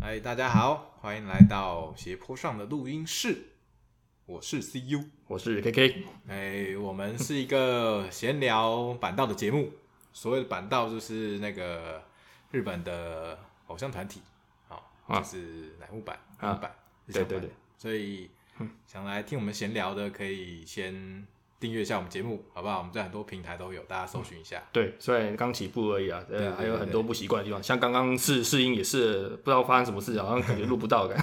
嗨，哎大家好，欢迎来到斜坡上的录音室，我是 CU。我是 KK，哎，我们是一个闲聊板道的节目，所谓的板道就是那个日本的偶像团体，好、啊就是乃木坂、啊日版、日对向对版对，所以想来听我们闲聊的，可以先订阅一下我们节目，好不好？我们在很多平台都有，大家搜寻一下。对，虽然刚起步而已啊，对对呃，还有对很对多不习惯的地方，像刚刚试试音也是不知道发生什么事，好像感觉录不到 感。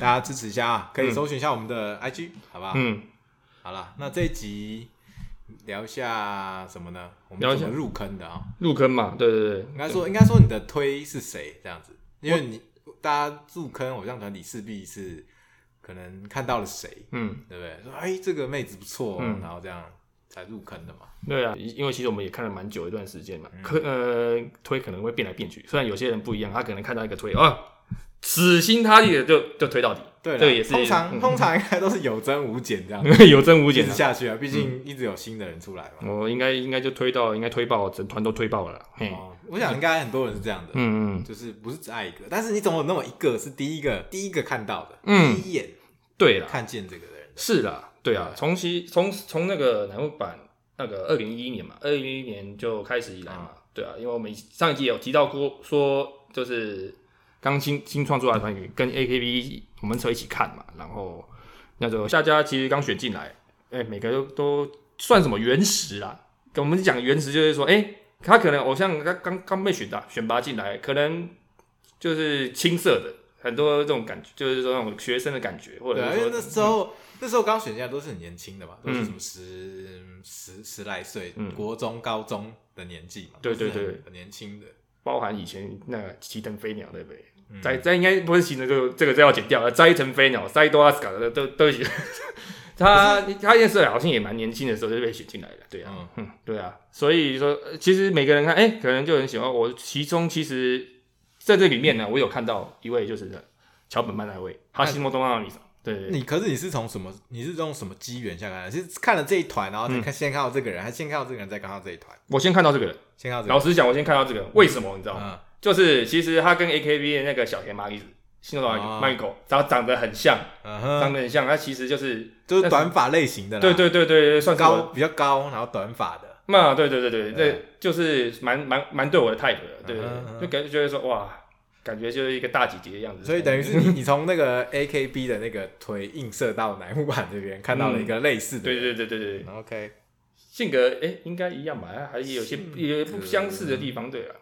大家支持一下啊，可以搜寻一下我们的 IG，、好不好？嗯，好了，那这一集聊一下什么呢？我聊们一下怎么入坑的啊、入坑嘛，对对对，应该说，应该说你的推是谁这样子？因为你大家入坑偶像团体势必是可能看到了谁，嗯，对不对？说哎、这个妹子不错、哦，嗯然后这样才入坑的嘛。对啊，因为其实我们也看了蛮久一段时间嘛，嗯可呃推可能会变来变去，虽然有些人不一样，他可能看到一个推啊，死心塌地的就就推到底， 对啦，这个也是通常、嗯通常应该都是有增无减这样，有增 无一减 直啊。下去啊，毕竟一直有新的人出来嘛。我应该应该就推到，应该推爆，整团都推爆了啦。嘿，哦，我想应该很多人是这样的，嗯嗯，就是不是只爱一个，但是你总有那么一个是第一个第一个看到的，嗯第一眼对啦，看见这个的人。是啦，对啊，从其从从那个南木版那个二零一一年嘛，二零一一年就开始以来嗯嘛，对啊，因为我们上一集有提到过，说就是刚新新创作的团体跟 AKB 我们车一起看嘛，然后那个下家其实刚选进来，哎、每个都都算什么原石啦，跟我们讲原石就是说，哎、他可能偶像他刚刚被选拔选拔进来，可能就是青涩的。很多这种感觉，就是说那种学生的感觉，或者对啊，是因说为那时候那时候刚选进来都是很年轻的嘛，都是什么十十十来岁，嗯国中、高中的年纪嘛，对对都是很对，很年轻的。包含以前那个齐藤飞鸟对不对？嗯斋斋应该不是齐藤，这个这个这要剪掉了。斋藤飞鸟、斋多阿斯卡的都都一起。 他他也是好像也蛮年轻的时候就被选进来了，对啊，嗯，嗯，对啊，所以说呃其实每个人看，哎、可能就很喜欢我。其中其实在这里面呢，我有看到一位就是桥本曼那位，哈西莫东奥米桑，对对对你可是你是从什么？你是用什么机缘下看的？是看了这一团，然后嗯再看先看到这个人，还是先看到这个人，再看到这一团，我先看到这个人，先看到这个老人。实讲，我先看到这个，为什么你知道吗？嗯，就是其实他跟 AKB 的那个小田麻里子、西诺哦马里狗，长长得很像，嗯哼，长得很像，它其实就是就是短发类型的啦，对对对对对，算是高我比较高，然后短发的，嘛，对对对对，对这就是蛮蛮蛮对我的 type 的，对对嗯嗯嗯对，就感觉觉得说哇，感觉就是一个大姐姐的样子，所以等于是 你你从那个 AKB 的那个腿映射到乃木坂这边，看到了一个类似的对人。对对对对，对 OK，性格哎应该一样吧，还是有些性格也不相似的地方，对啊，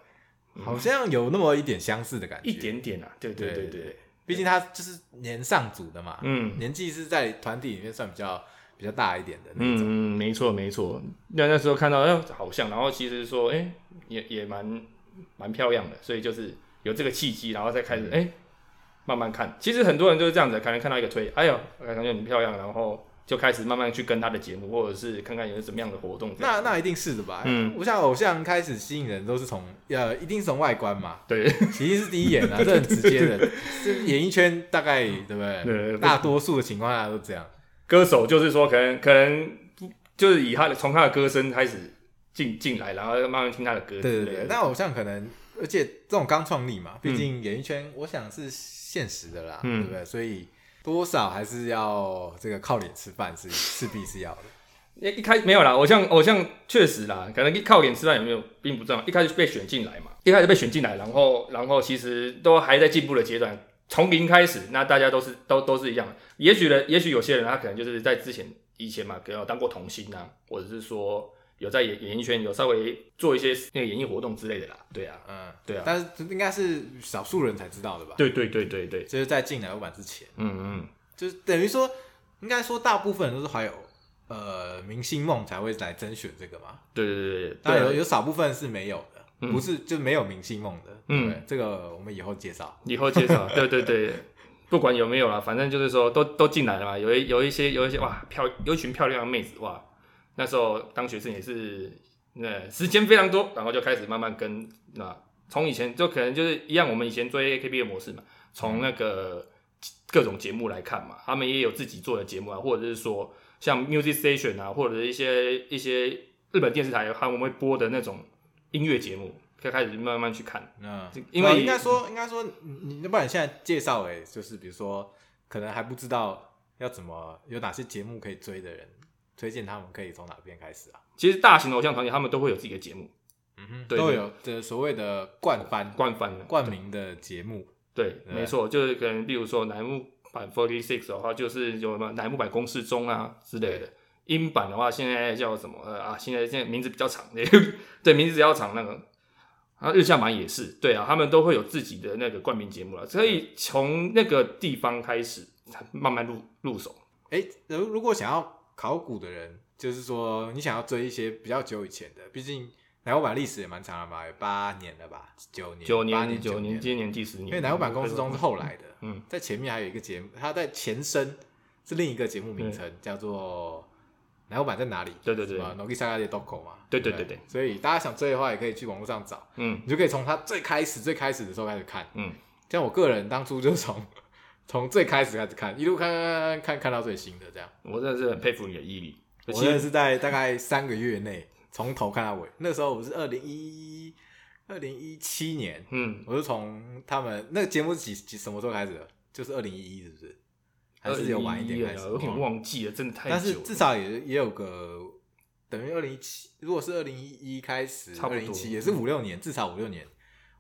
好像有那么一点相似的感觉，一点点啊，对对对对对，毕竟他就是年上组的嘛，嗯年纪是在团体里面算比较比较大一点的那种。嗯嗯，没错没错，那那时候看到哎好像，然后其实说哎也也蛮蛮漂亮的，所以就是有这个契机，然后再开始嗯哎、慢慢看。其实很多人就是这样子，可能看到一个推，哎呦，感觉很漂亮，然后就开始慢慢去跟他的节目，或者是看看有什么样的活动这样。那那一定是的吧？嗯我想偶像开始吸引人都是从呃，一定是从外观嘛，对 其实是第一眼啊，这很直接的。这演艺圈大概对不对？对，那大多数的情况下都这样。歌手就是说，可能可能就是以他的从他的歌声开始进进来，然后慢慢听他的歌对之类对的。对，那偶像可能，而且这种刚创立嘛，毕竟演艺圈我想是现实的啦，嗯对不对？所以多少还是要这个靠脸吃饭是势必是要的。一一开没有啦，偶像偶像确实啦，可能一靠脸吃饭有没有并不重要。一开始被选进来嘛，一开始被选进来，然后然后其实都还在进步的阶段，从零开始，那大家都是都都是一样的。也许呢，也许有些人他可能就是在之前以前嘛，可能有当过童星啊，或者是说有在演演艺圈有稍微做一些那个演艺活动之类的啦。对啊，嗯，对啊但是应该是少数人才知道的吧？对对对对对，就是在进来木板之前，嗯嗯，就是等于说，应该说大部分人都是怀有呃明星梦才会来甄选这个嘛。对对对对对但啊，有有少部分是没有的，嗯不是就没有明星梦的。嗯对不对，这个我们以后介绍。以后介绍， 对对对，不管有没有啦，反正就是说都都进来了嘛，有一有一些有一些哇漂有一群漂亮的妹子哇，那时候当学生也是，呃，时间非常多，然后就开始慢慢跟那从以前就可能就是一样，我们以前追 AKB 的模式嘛，从那个各种节目来看嘛，他们也有自己做的节目啊，或者是说像 Music Station 啊，或者是一些一些日本电视台他们会播的那种音乐节目，可以开始慢慢去看。嗯这，因因为为应该说，应该说，你你要不然你现在介绍，哎，就是比如说，可能还不知道要怎么有哪些节目可以追的人，推荐他们可以从哪边开始啊？其实大型偶像团体他们都会有自己的节目嗯哼，对都有的所谓的冠番、冠番的，冠名的节目，对，对没错，就是可能，例如说楠木版 Forty Six 的话，就是有什么楠木版公式中啊之类的。英版的话，现在叫什么？呃啊，现在现在名字比较长， 对，名字比较长那个。啊，日向版也是，对啊，他们都会有自己的那个冠名节目了，所以从那个地方开始慢慢入入手。哎、如如果想要考古的人，就是说你想要追一些比较久以前的，毕竟奶油版历史也蛮长了吧，有八年了吧，九年、九八年、年、九年年、。今年第十年，因为奶油版公司中是后来的，嗯，在前面还有一个节目，它在前身是另一个节目名称，叫做奶油版在哪里？对对对什么 n o g i s a g a d o k o 嘛。对对对对对，所以大家想追的话，也可以去网络上找，嗯你就可以从它最开始、最开始的时候开始看。嗯，像我个人当初就从 从最开始开始看，一路看看看看看到最新的这样。嗯我真的是很佩服你的毅力。我其真实的是在大概三个月内从头看到尾。那时候我是二零一二零一七年，嗯，我就从他们那个节目是几几什么时候开始的？就是二零一一是不是？还是有晚一点开始？ 2011啊有点了。忘记了，真的太久但了。是至少也也有个等于二零一七，如果是二零一一开始，差二不多零一七也是五六年，至少五六年，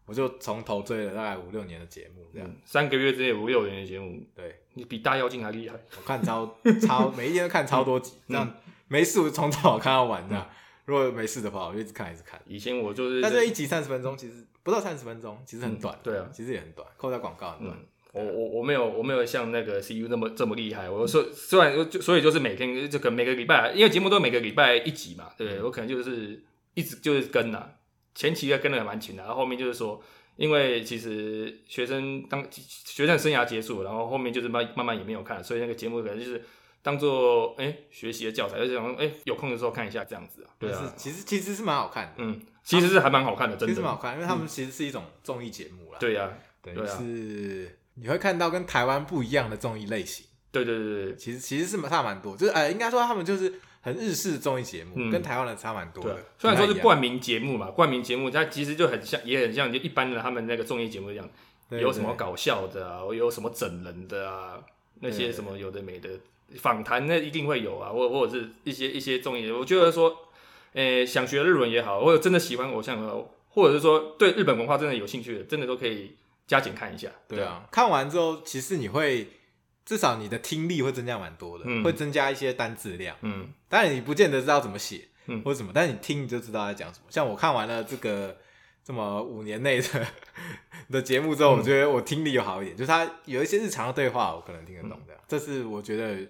我就从头追了大概五六年的节目这样。嗯三个月之内五六元的节目，对你比大妖精还厉害。我看超超每一天都看超多集，这样没事我就从早看到晚这样。如果没事的话，我就一直看一直看。以前我就是，但这一集三十分钟，其实不到三十分钟，其实很短、嗯对啊其实也很短，扣掉广告很短。嗯，我我我没有我没有像那个 CU 那么这么厉害。我说虽然就所以就是每天这个每个礼拜，因为节目都每个礼拜一集嘛，对嗯不对？我可能就是一直就是跟啊，前期要跟的蛮勤的，然后后面就是说。因为其实学生当学生生涯结束，然后后面就是慢慢慢也没有看，所以那个节目可能就是当做哎、学习的教材，就是想说哎、有空的时候看一下这样子啊。对但是啊，其实其实是蛮好看的，嗯，其实是还蛮好看的，其真实蛮好的。看，因为他们其实是一种综艺节目啦，对呀、等对于啊是你会看到跟台湾不一样的综艺类型。对对对对，其实其实是差蛮多，就是呃，应该说他们就是很日式的综艺节目，嗯跟台湾的差蛮多对啊的。，虽然说不太一是样冠名节目嘛，冠名节目它其实就很像，也很像就一般的他们那个综艺节目一样，对有什么对搞笑的啊，有什么整人的啊，那对些对什么有的没的访谈那一定会有啊，或或者是一些一些综艺节目，我觉得说，诶、想学日文也好，或者真的喜欢偶像也好，或者是说对日本文化真的有兴趣的，真的都可以加减看一下。对，啊，看完之后，其实你会至少你的听力会增加蛮多的，嗯会增加一些单字量。嗯当然你不见得知道怎么写，嗯或者什么，但你听你就知道在讲什么。像我看完了这个这么五年内的 的节目之后，我觉得我听力有好一点，就是它有一些日常的对话，我可能听得懂嗯的。这是我觉得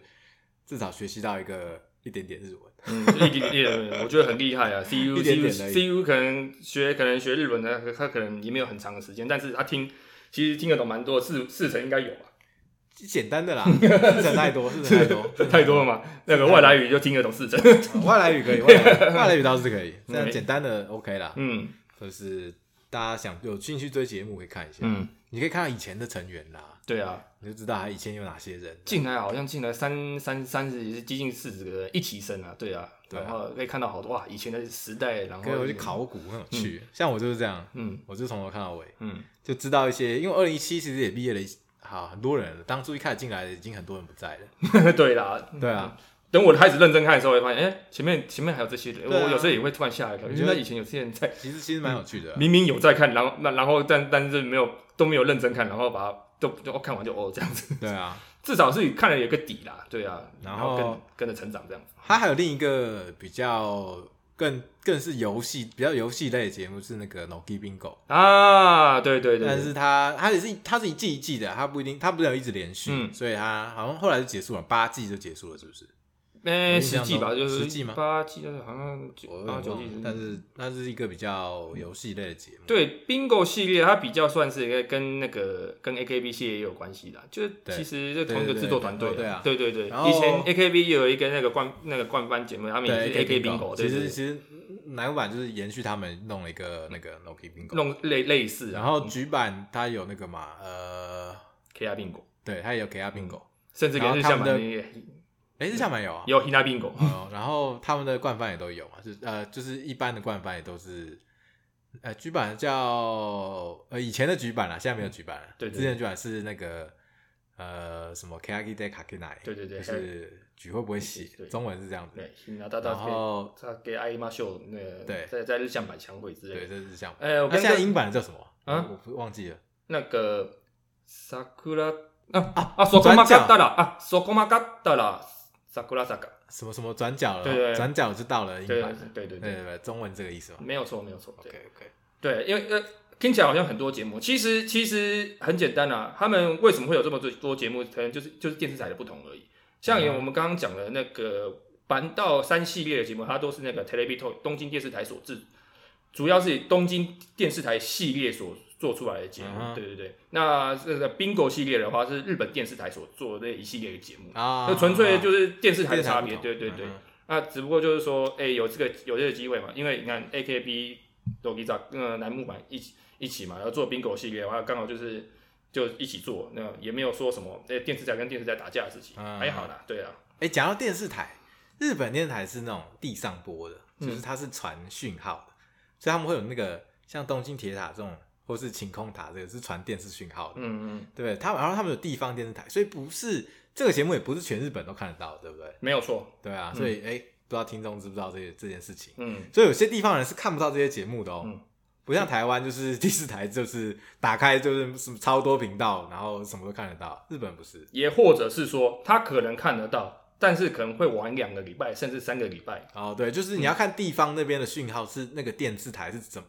至少学习到一个一点点日文。嗯， 就一点点，我觉得很厉害啊。C U 一 C 点 U 点而已 C U 可能学可能学日文的，他可能也没有很长的时间，但是他听其实听得懂蛮多，四四成应该有吧， 简单的啦，四成太多，四成太多， 这太多了嘛。那个外来语就听得懂 四成。啊外来语可以，外来语外来语倒是可以，这样没简单的 OK 啦。嗯就是大家想有兴趣追节目可以看一下，嗯，你可以看到以前的成员啦，对啊，你就知道他以前有哪些人。进来好像进来三三三十也是接近四十个人一起生啊，对啊，对啊然后可以看到好多哇，以前的时代，然可以后回去，考古很有趣，像我就是这样，嗯我就从头看到尾，嗯就知道一些，因为二零一七其实也毕业了一，好很多人了。当初一开始进来的已经很多人不在了。 对啦。对啊，等我开始认真看的时候，会发现，哎、前面前面还有这些人，对啊我有时候也会突然吓一跳，原来以前有这些人在其实其实蛮有趣的啊。明明有在看，然后那然后但但是没有都没有认真看，然后把它都都看完就哦这样子， 对啊，至少是看了有个底啦，对啊，然后后跟跟着成长这样子，他还有另一个比较更更是游戏比较游戏类的节目是那个 Nogi Bingo，啊，对对对，但是他他也是他是一季一季的，他不一定他不能一直连续，嗯所以他好像后来就结束了，八季就结束了，是不是？呃印十象季吧，中就是十季吗八季就是好像九我有点八哦九忘季了，，但是那是一个比较游戏类的节目。对 bingo 系列它比较算是一个跟那个跟 AKB 系列也有关系的，就是对其实就同一个制作团队对啦，对啊对对对，然后以前 AKB 也有一个那个冠那个冠番节目，他们也对是 AKB bingo， Bingo，对其实对对，其实南版就是延续他们弄了一个那个 Nogi Bingo，弄类类似啊然后局版它有那个嘛，呃， KR bingo，对，它也有给他 bingo，甚至然连后日他向们版的也哎，日向版有啊，有 Hina bingo，哦然后他们的冠番也都有嘛，就是呃，就是一般的冠番也都是呃，局版叫呃以前的局版啦，现在没有局版了。嗯对对对之前的局版是那个呃什么 Kagi d e Kakinai，对对对就是举会不会写对，中文是这样子。对，那大然大给后他给艾玛秀那个对在在日向百强会之类对，的。这是这样。哎，我那跟现在英版的叫什么？啊我我忘记了。那个 sakura 啊啊啊转，sokoma 角 gata 啦啊，sokoma gata 啦，sakura saka，什么什么转角对对了，对转角就到了英对版对了。对对对对，对对，中文这个意思嘛。没有错没有错，对 OK OK，对，因为呃听起来好像很多节目，其实其实很简单啊，他们为什么会有这么多多节目，可能就是就是电视台的不同而已。像有嗯我们刚刚讲的那个板道三系列的节目，它都是那个 Television 东京电视台所制，主要是以东京电视台系列所做出来的节目。嗯哼对对对，那这个 Bingo 系列的话是日本电视台所做的那一系列的节目，啊，那纯粹就是电视电台的视差不别。同对对对嗯，哼那只不过就是说，哎、有这个有这个机会嘛，因为你看 AKB、d o g i z a 呃楠木板一起一起嘛，然后做 bingo 系列，然后刚好就是就一起做，那也没有说什么哎、电视台跟电视台打架的事情，嗯还好啦，对啊，哎，讲到电视台，日本电视台是那种地上播的，嗯就是它是传讯号的，所以他们会有那个像东京铁塔这种，或是晴空塔，这个是传电视讯号的，嗯嗯，对不对？他们然后他们有地方电视台，所以不是这个节目也不是全日本都看得到，对不对？没有错，对啊，所以哎、不知道听众知不知道这个这件事情，嗯，所以有些地方人是看不到这些节目的哦。嗯不像台湾，就是 第四台，就是打开就是什么超多频道，然后什么都看得到。日本不是，也或者是说他可能看得到，但是可能会晚两个礼拜甚至三个礼拜，哦，对，就是你要嗯看地方那边的讯号是那个电视台是怎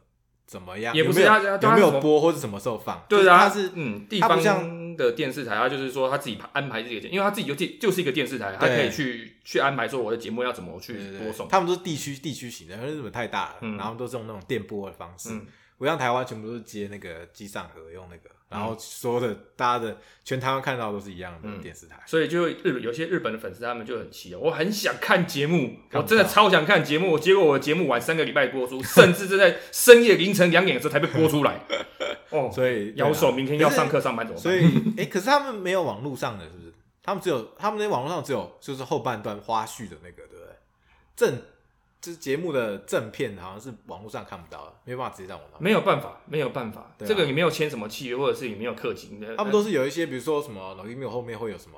怎么样，也不是有没它有它有没它有是播或是什么时候放，对就是它啊，是嗯地它不方像的电视台，他就是说他自己排安排自己的节目，因为他自己就自就是一个电视台，他对可以去去安排说我的节目要怎么去对对对播送。他们都是地区地区型的，因为日本太大了，嗯然后都是用那种电波的方式，嗯不像台湾全部都是接那个机上盒用那个，然后所有的大家的全台湾看到都是一样的嗯电视台，所以就会日本有些日本的粉丝他们就很奇哦，我很想看节目，看不到我真的超想看节目，结果我的节目晚三个礼拜播出，甚至是在深夜凌晨两点的时候才被播出 来。哦，所以啊咬手明天要上，课上班怎对啊么所办？以 哎、可是他们没有网络上的，是不是？他们只有他们那网络上只有就是后半段花絮的那个，对不对？正就是节目的正片好像是网络上看不到的，没有办法直接在网上。没有办法，没有办法，对啊这个你没有签什么契约，或者是你没有氪金的，呃他们都是有一些，比如说什么老鹰没有后面会有什么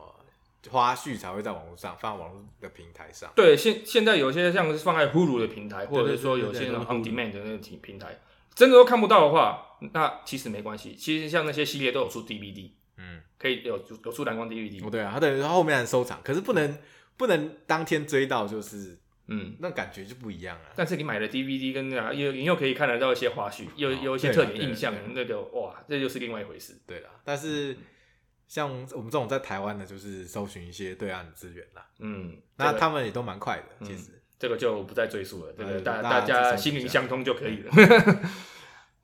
花絮才会在网络上放在网络的平台上。对，现现在有些像是放在 Hulu 的平台，或者对对是说对有对些对那种都是 On Hulu Demand 的那个平平台，真的都看不到的话，那其实没关系。其实像那些系列都有出 DVD，嗯，可以有有出蓝光哦 DVD。对啊，他等于说后面才收藏，可是不能不能当天追到，就是嗯，那感觉就不一样啊了。但是你买了 DVD 跟那又你又可以看得到一些花絮，有哦有一些对特啦点对印啦象对啦，那个哇，这就是另外一回事。对啦，但是像我们这种在台湾的，就是搜寻一些对岸的资源啦，嗯，那这个他们也都蛮快嗯的，其实。这个就不再赘述了，这个对大大大家家自己心上灵去相通就 可以了。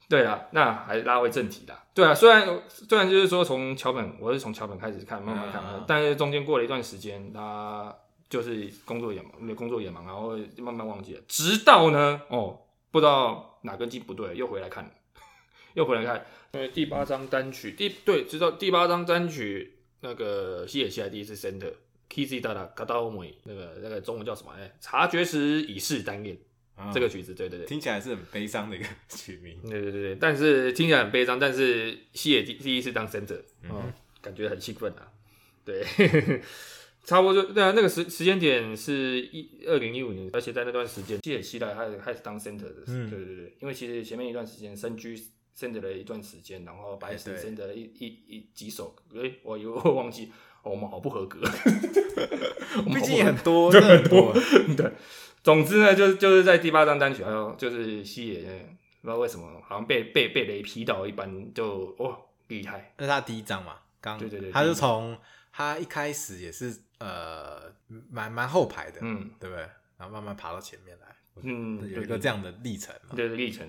对啊，那还拉回正题啦。对啊，虽然虽然就是说从桥本，我是从桥本开始看，慢慢看，嗯嗯嗯但是中间过了一段时间，他就是工作也忙，工作也忙，然后慢慢忘记了。直到呢，哦，不知道哪根筋不对，又回来看了， 又回来看，因为第八张单曲，第对，直到第八张单曲那个西野西来第一次 send 的 Kizzy 大大嘎达欧美那个那个中文叫什么？哎、察觉时已是单恋、嗯这个曲子，对对对。听起来是很悲伤的一个曲名。对对对对，但是听起来很悲伤，但是西野第第一次当 sender，嗯哦，感觉很兴奋啊。对， 差不多就啊那那个时时间点是一二零一五年，而且在那段时间，西野希代开始开始当 center 的，嗯对对对，因为其实前面一段时间深居 center 了一段时间，然后白石哎对 center 了一一一几首，哎、我有我忘记、哦我们好不合格， 我们 毕好不合竟格也很多，真的很多。 对，总之呢，就是就是在第八张单曲，还有就是西野，不知道为什么，好像被被被雷劈到一般就，哦厉害，那是他第一张嘛，刚对对对他第就一从他一开始也是呃蛮蛮后排的，嗯对不对？然后慢慢爬到前面来，嗯，有对一个这样的历程嘛。对对历程，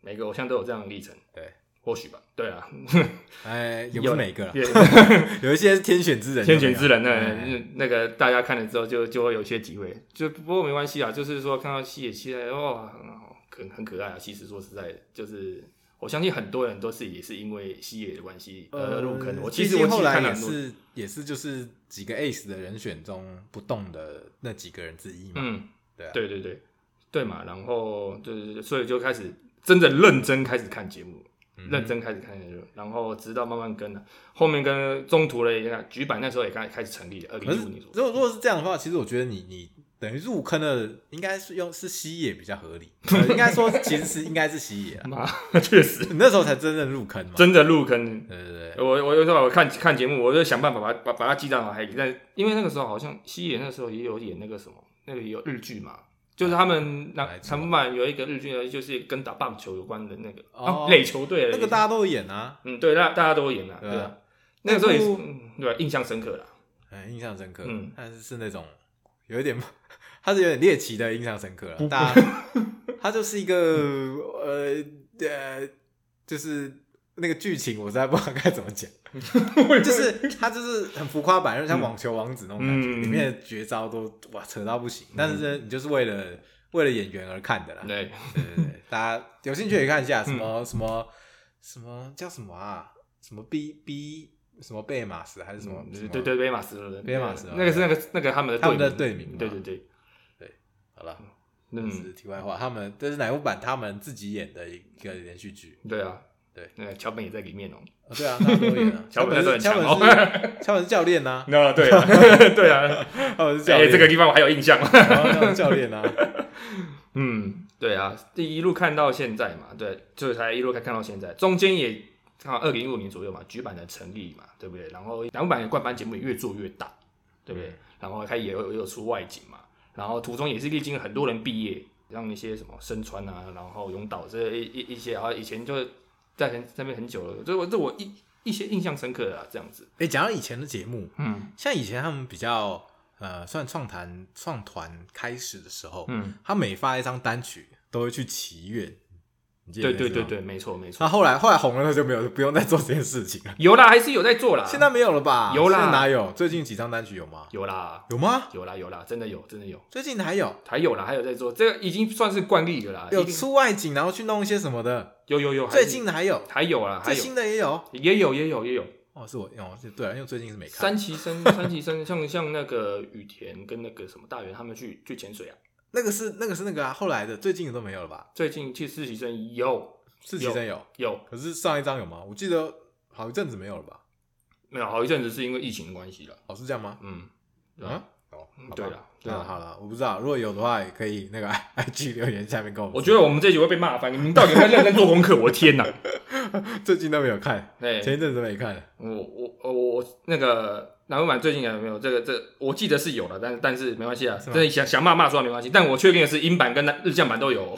每个偶像都有这样的历程，对，或许吧，对啊，哎，也不是每个啦，也 有一些是天选之人，天选之人哎有没有呢，那那个大家看了之后就就会有一些体会，就不过没关系啊，就是说看到西野七濑哦，很很可爱啊。其实说实在的，就是我相信很多人都是也是因为西野的关系呃入坑的。我其实毕竟我其后实来看了也很多，是也是就是几个 ace 的人选中不动的那几个人之一嘛。嗯，对啊对对对对嘛，然后就是所以就开始真的认真开始看节目，嗯认真开始看节目，然后直到慢慢跟了，后面跟中途的也局版那时候也刚开始成立，二零可一是五年左右。如果如果是这样的话，其实我觉得你你等于入坑的应该是用是西野比较合理， 呃应该说其实是应该是西野啊，妈， 确实你那时候才真正入坑嘛。真的入坑。对对对，我我有时候我看看节目，我就想办法把把把它记到脑海里。但因为那个时候好像西野那时候也有演那个什么，那个有日剧嘛，就是他们那哪一集啊长版有一个日剧，就是跟打棒球有关的那个哦啊垒球队的那个大家都有演啊，嗯，对，大大家都有演啊，对对啊啊，那个时候也是那部嗯对啊印象深刻 啦。嗯，印象深刻。嗯但是是那种有一点， 他是有点猎奇的印象深刻嗯了。大 家，他就是一个呃呃，就是那个剧情，我实在不知道该怎么讲。 就是他就是很浮夸版，有点像网球王子那种感觉，嗯里面的绝招都哇扯到不行。但是呢，你就是为了为了演员而看的啦。对，嗯对对 对，大家有兴趣可以看一下，什么、什么什么叫什么啊？什么 B B 什么贝马斯还 是什么？什嗯对么对对，贝马斯，贝马斯啊那个是那个那个他们的他们的队队名对嘛对对，好了，这是嗯，题外话。他们这是乃木坂他们自己演的一个连续剧。对啊，对，那个桥本也在 里面哦，。哦、对啊，他们都演啊 桥本那时候很桥强本哦是桥本是教练 呐、那对啊，对 啊，啊，他们是教哎，练。这个地方我还有印象，哦然后他们是教练呐、啊， 嗯，对啊，第一路看到现在嘛，对，就是才一路看看到现在，中间也看二零一五年左右嘛，局版的成立嘛，对不对？然后南版的冠班节目也越做越大，对 不对？然后它也有也有出外景嘛，然后途中也是历经了很多人毕业，让一些什么深川啊，然后永岛这一一一些，然后以前就在很那边很久了，这我这我一一些印象深刻的啊，这样子，哎、讲到以前的节目，嗯像以前他们比较呃，算创团创团开始的时候，嗯，他每发一张单曲都会去祈愿。你记得对对这件对事吗对，没错没错，那后来后来红了，那就没有不用再做这件事 情了。有啦，还是有在做啦，现在没有了吧？有啦现在哪有？最近几张单曲有吗？有啦有吗？有啦有啦，真的有真的有。最近还有还有啦，还有在做，这个已经算是惯例了啦。有一定出外景，然后去弄一些什么的。有有有，还最是近的还有，还有啦，还最有新的也有。也有也有也有。哦，是我哦，是对啊，因为最近是没看 三崎生三崎生像像那个羽田跟那个什么大原他们去去潜水啊。那个是那个是那个啊，后来的最近的都没有了吧？最近去实习生有四级生有，有可是上一张有吗？我记得好一阵子没有了吧？没有好一阵子是因为疫情的关系了。哦，是这样吗？嗯，对啊啊，哦嗯，好吧对了对那了。好了，我不知道，如果有的话也可以那个 IG 留言下面跟我们我说。觉得我们这一集会被骂翻，你们到底有没有认真做功课？我的 天哪！最近都没有看，哎，前一阵子没看。我我呃我我那个南文版最近有没有这个这个我记得是有了，但但是没关系啊，吗这想想骂骂出来没关系。但我确定的是英版跟那日向版都 有。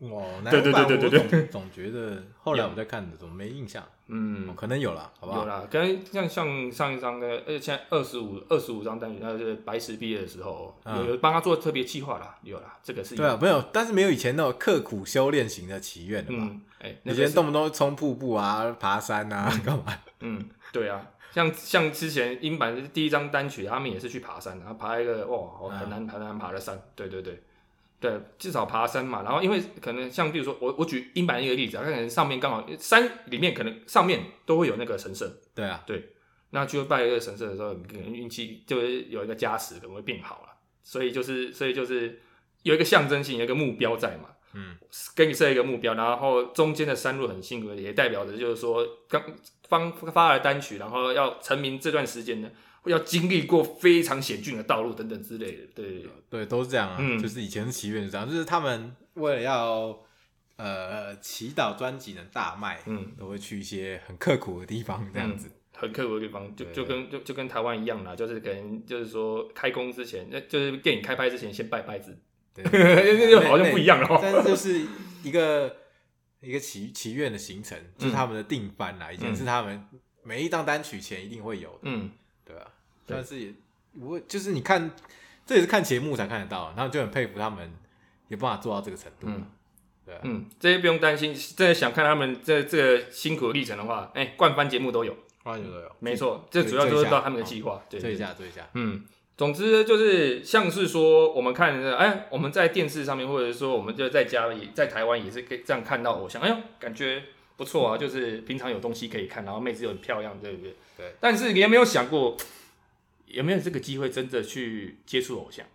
哦，难对对怪对对我对总 总觉得后来我在看的，怎么没印象？嗯哦，可能有了，好不有好？啦，跟像像上一张的，而且现在二十五二十五张单曲，那就是白石毕业的时候，嗯有有帮他做特别计划啦，有啦，这个是有对啊，，没有，但是没有以前那种刻苦修炼型的祈愿了吧？嗯，哎、那以个前是动不动冲瀑布啊、爬山啊，干嘛？ 嗯，对啊，像像之前英版的第一张单曲，他们也是去爬山，然后爬一个哇，好很难很难爬的山，对对对。对，至少爬山嘛，然后因为可能像比如说我我举英版一个例子啊，它可能上面刚好山里面可能上面都会有那个神社，对啊，那去拜一个神社的时候，你可能运气就是有一个加持，可能会变好了。所以就是，所以就是有一个象征性，有一个目标在嘛。嗯，给你设一个目标，然后中间的山路很辛苦，也代表着就是说，刚方发了单曲，然后要成名这段时间呢，会要经历过非常险峻的道路等等之类的。对，对，都是这样啊。嗯就是以前的祈愿是这样，就是他们为了要呃祈祷专辑能大卖，嗯，都会去一些很刻苦的地方，这样子。很刻苦的地方，就对就跟就就跟台湾一样啦，就是可能就是说开工之前，那就是电影开拍之前先拜拜子， 对，嗯又好像不一样了哦。但是就是一个一个祈祈愿的行程，就是他们的定番啦，以前是他们每一张单曲前一定会有的，嗯，对吧、对但是也我就是你看，这也是看节目才看得到，然后就很佩服他们有办法做到这个程度，嗯对啊，嗯，这些不用担心。真的想看他们这这个辛苦的历程的话，哎、冠番节目都有，花球都有，没错，对这主要就这是一下哦到他们的计划。对，追一对，下追一下，嗯，总之就是像是说，我们看着，哎、我们在电视上面，或者说我们就在家里，在台湾也是可以这样看到偶像，哎呦，感觉不错啊，就是平常有东西可以看，然后妹子又很漂亮，对不对？对。但是你有没有想过，有没有这个机会真的去接触偶像？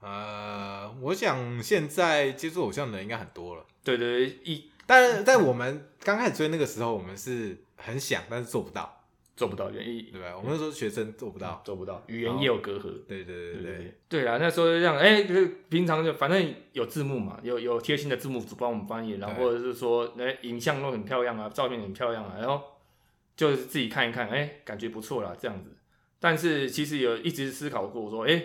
呃，我想现在接触偶像的人应该很多了，对对对，以但在我们刚开始追那个时候，我们是很想，但是做不到，做不到，原因对吧？我们那时候学生做不到，做不到，语言也有隔阂。对对对对对对对，对啊，那时候就这样，哎、就是平常就反正有字幕嘛，有有贴心的字幕组帮我们翻译，然后对或者是说，哎、影像都很漂亮啊，照片很漂亮啊，然后就是自己看一看，哎、感觉不错啦，这样子。但是其实有一直思考过说，哎、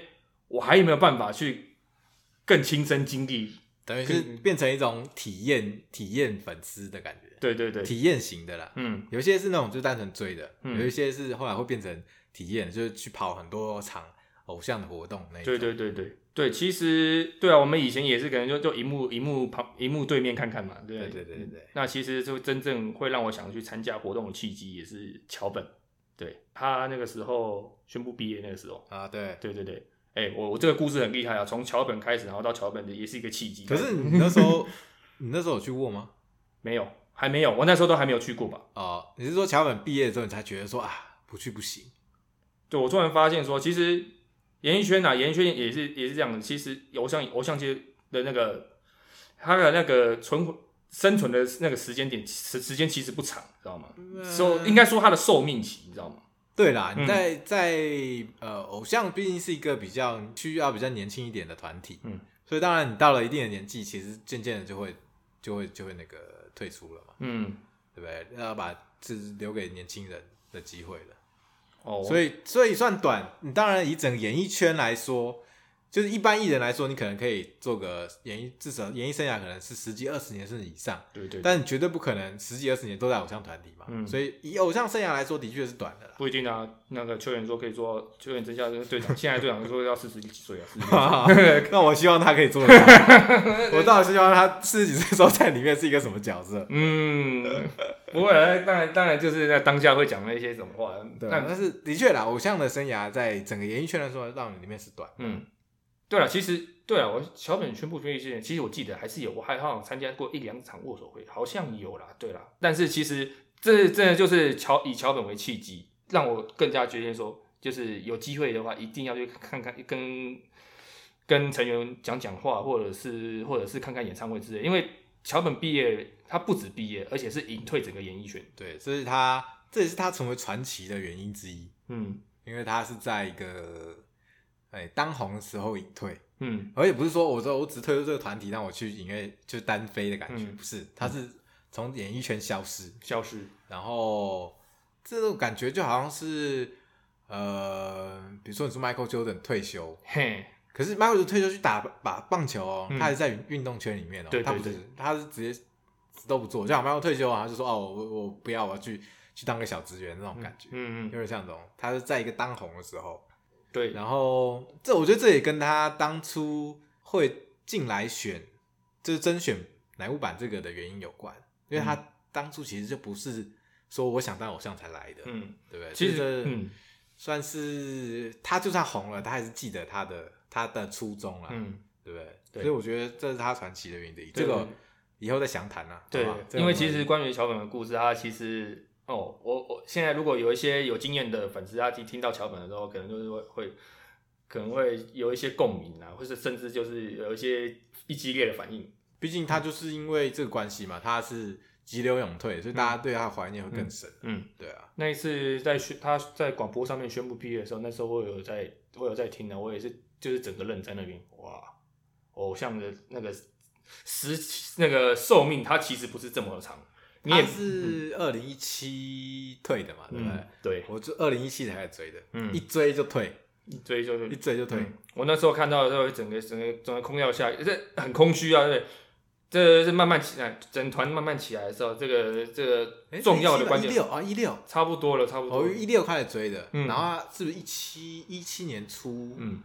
我还有没有办法去更亲身经历？等于是变成一种体验体验粉丝的感觉，对对对，体验型的啦。嗯，有一些是那种就单纯追的，嗯有一些是后来会变成体验，就是去跑很多场偶像的活动那一种。对对对对对，其实对啊，我们以前也是可能就就荧幕荧幕旁荧幕对面看看嘛，对嗯对对对对对那其实就真正会让我想去参加活动的契机也是桥本，对他那个时候宣布毕业那个时候，啊，对。对对对，哎、我我这个故事很厉害啊，从桥本开始，然后到桥本的也是一个契机。可是你那时候， 你那时候有去过吗？没有，还没有，我那时候都还没有去过吧？哦，你是说桥本毕业之后你才觉得说啊，不去不行？对，我突然发现说，其实演艺圈啊，演艺圈也是也是这样的。其实偶像偶像界的那个他的那个存活生存的那个时间点时时间其实不长，你知道吗？寿、应该说他的寿命期，你知道吗？对啦，嗯你在、在呃，偶像毕竟是一个比较需要比较年轻一点的团体，嗯，所以当然你到了一定的年纪，其实渐渐的就会就会就会那个退出了嘛，嗯，对不对？要把这留给年轻人的机会了。哦，所以所以算短，你当然以整个演艺圈来说，就是一般艺人来说，你可能可以做个演艺，至少演艺生涯可能是十几二十年甚至以上，对对对，但你绝对不可能十几二十年都在偶像团体嘛。嗯所以以偶像生涯来说，的确是短的啦。不一定啊。那个秋元说可以做，秋元真夏队长，现在队长说要四十几岁啊，四 十那我希望他可以做得 到。我倒是希望他四十几岁的时候在里面是一个什么角色。嗯，不会啊，当然当然就是在当下会讲那些什么话，对啊，但但是的确啦，偶像的生涯在整个演艺圈来说，让你里面是短。嗯，对了，其实对了，我小本宣布决议之前，其实我记得还是有，我还好像参加过一两场握手会，好像有啦，对啦。但是其实这真的就是桥以桥本为契机，让我更加决定说，就是有机会的话，一定要去看看跟跟成员讲讲话，或者是或者是看看演唱会之类，因为桥本毕业，他不止毕业，而且是隐退整个演艺圈。对，这是他，这也是他成为传奇的原因之一，嗯因为他是在一个哎、当红的时候隐退，嗯而且不是说我说我只退出这个团体，让我去隐退就单飞的感觉，嗯不是，他是从演艺圈消失。消失。然后这种感觉就好像是，呃，比如说你说 Michael Jordan 退休，嘿，可是 Michael Jordan 退休去打打棒球哦，嗯他还是在运动圈里面哦，对对他不对是他是直接死都不做，就好像 Michael 退休啊，他就说哦，我我不要，我要去去当个小职员那种感觉，嗯有嗯，点像这种，他是在一个当红的时候，对，然后这我觉得这也跟他当初会进来选，就是甄选乃木坂这个的原因有关，因为他当初其实就不是说我想当偶像才来的，嗯，对不对？其实就是嗯算是他就算红了，他还是记得他的他的初衷啦，嗯。对不对？对所以我觉得这是他传奇的原因之一，对这个以后再详谈啦、对好吧，这个因为我们其实关于桥本的故事，他其实哦，我我现在如果有一些有经验的粉丝，他听听到桥本的时候，可能就是会会可能会有一些共鸣啊，或是甚至就是有一些一激烈的反应。毕竟他就是因为这个关系嘛，他是急流勇退，所以大家对他的怀念会更深，嗯，对啊，那一次在宣他在广播上面宣布毕业的时候，那时候我有在我有在听的，我也是就是整个愣在那边，哇，偶像的那个时那个寿命，它其实不是这么长，你也他是二零一七退的嘛，对不对？嗯对，我就二零一七才开始追的，嗯一追就退，所以就是嗯一追就退，嗯我那时候看到的时候，整个整个整个空掉下，这很空虚啊，对，这是慢慢起来，整团慢慢起来的时候，这个这个诶重要的关一键六啊一六，差不多了，差不多我了，一六开始追的，嗯然后他是不是一七一七年初，嗯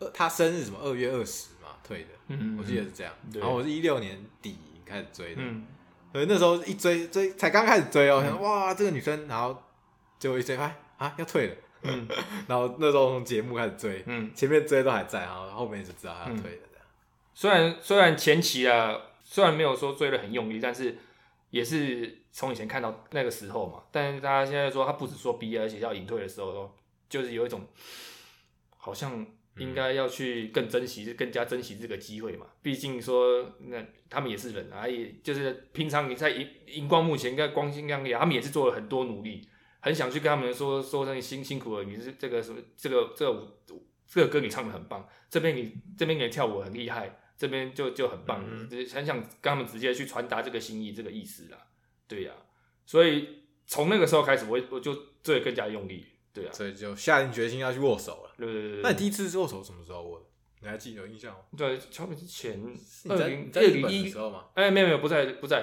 呃他生日什么二月二十嘛退的，嗯，我记得是这样，对然后我是一六年底开始追的，嗯，所以那时候一追追才刚开始追哦，想说哇这个女生，然后结果一追哎啊要退了，嗯 然后那时候从节目开始追，嗯，前面追都还在，然后后面就知道她要退了这样，虽然虽然前期啊，虽然没有说追的很用力，但是也是从以前看到那个时候嘛，但是他现在说他不止说毕业，而且要隐退的时候，就是有一种好像应该要去更珍惜、更加珍惜这个机会嘛。毕竟说，那他们也是人啊，也就是平常你在荧荧光幕前，在光鲜亮丽啊，他们也是做了很多努力，很想去跟他们说说声辛辛苦了，你是这个什么这个这个舞这个歌你唱的很棒，这边你这边你跳舞很厉害，这边就就很棒，嗯就是很想跟他们直接去传达这个心意、这个意思啦。对呀、所以从那个时候开始，我我就对更加用力，对啊，所以就下定决心要去握手了。对对对对。那你第一次握手什么时候握的？你还记得有印象吗？对，差不多之前是二你在零你在二日零本的一时，候吗？哎，没有没有，不在不在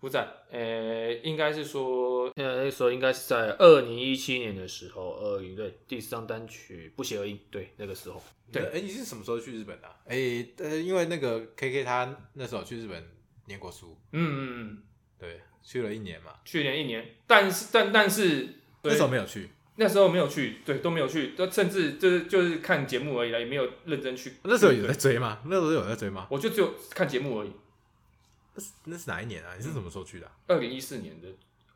不在，呃，应该是说，呃，那时候应该是在二零一七年的时候，二零对第四张单曲《不邪而已》，对，那个时候，对哎，你是什么时候去日本的啊？哎，呃，因为那个 KK 他那时候去日本念过书，嗯嗯嗯，对，去了一年嘛。去年一年，但是但但是那时候没有去，那时候没有去，对，都没有去，都甚至就是就是看节目而已啦，也没有认真去，那时候有在追吗？那时候有在追吗？我就只有看节目而已。那是那是哪一年啊？你是什么时候去的啊？二零一四年的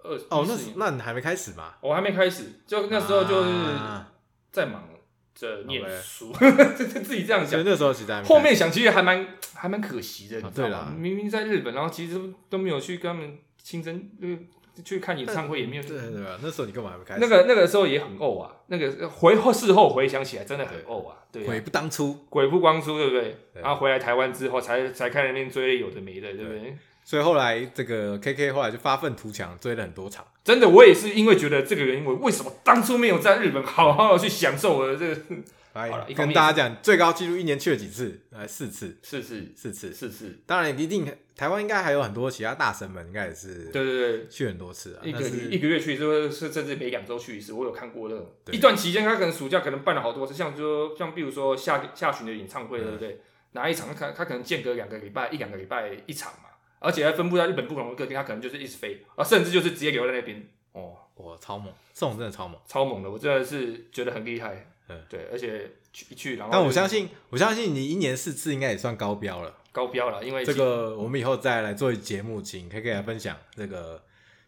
二哦，那14是年那你还没开始嘛？我还没开始，就那时候就是。啊在忙着念 OK 书， 自自己这样所以想。那时候其实还没开始后面想其实还蛮还蛮可惜的，啊你知道对吗啦？明明在日本，然后其实都没有去跟他们亲身呃去看演唱会，也没有。对对吧？那时候你根本还没开始，那个那个时候也很怄啊，那个回后事后回想起来真的很怄啊，对啊悔不当初。鬼不光出对不对？对然后回来台湾之后才才开始面追有的没的，对不对？所以后来这个 KK 后来就发愤图强，追了很多场。真的，我也是因为觉得这个原因，我为什么当初没有在日本好好的去享受我的这个？来好了一方跟面大家讲，最高纪录一年去了几次？来四次，是是四次。是是，当然一定，台湾应该还有很多其他大神们，应该也是对对对，去很多次啊。一个但礼一是个月去一次，或者是甚至每两周去一次，我有看过那种对一段期间，他可能暑假可能办了好多次，像说像比如说下下旬的演唱会，对不嗯对？哪一场他他可能间隔两个礼拜一两个礼拜一场嘛，而且还分布在日本不同的各地，他可能就是一直飞，啊，甚至就是直接留在那边，哦，哇，超猛，这种真的超猛。超猛的，我真的是觉得很厉害，嗯对，而且去一去然后，但我相信，我相信你一年四次应该也算高标了。高标了，因为这个我们以后再来做节目，请 KK 来分享这个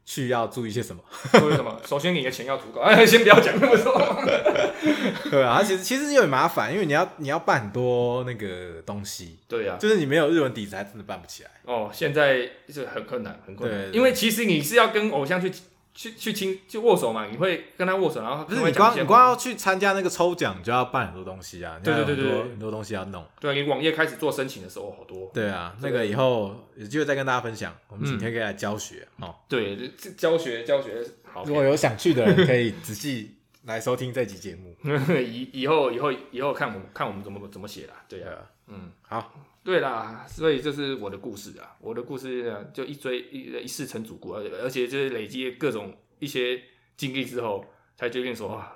去要注意些什么。 为什么？首先你的钱要足够，哎，先不要讲那么多， 对啊，它其实其实有点麻烦，因为你要你要办很多那个东西，对呀、就是你没有日文底子，还真的办不起来。哦，现在是很困难，很困难，对因为其实你是要跟偶像去去去亲去握手嘛，你会跟他握手，然后不不是你光你光要去参加那个抽奖，就要办很多东西啊，你对要有对很对多对很多东西要弄。对你网页开始做申请的时候，哦好多对啊，这那个个以后有机会再跟大家分享，我们请 KK 来教学哦。对这教学教学好如，果有想去的人，可以仔细来收听这集节目。 以以后以后以后看我们看我们怎么怎么写啦，对 对啊，啊，嗯，好，对啦，所以这是我的故事啊，我的故事啊就一追一一世成主顾，而而且就是累积各种一些经历之后，才决定说哇，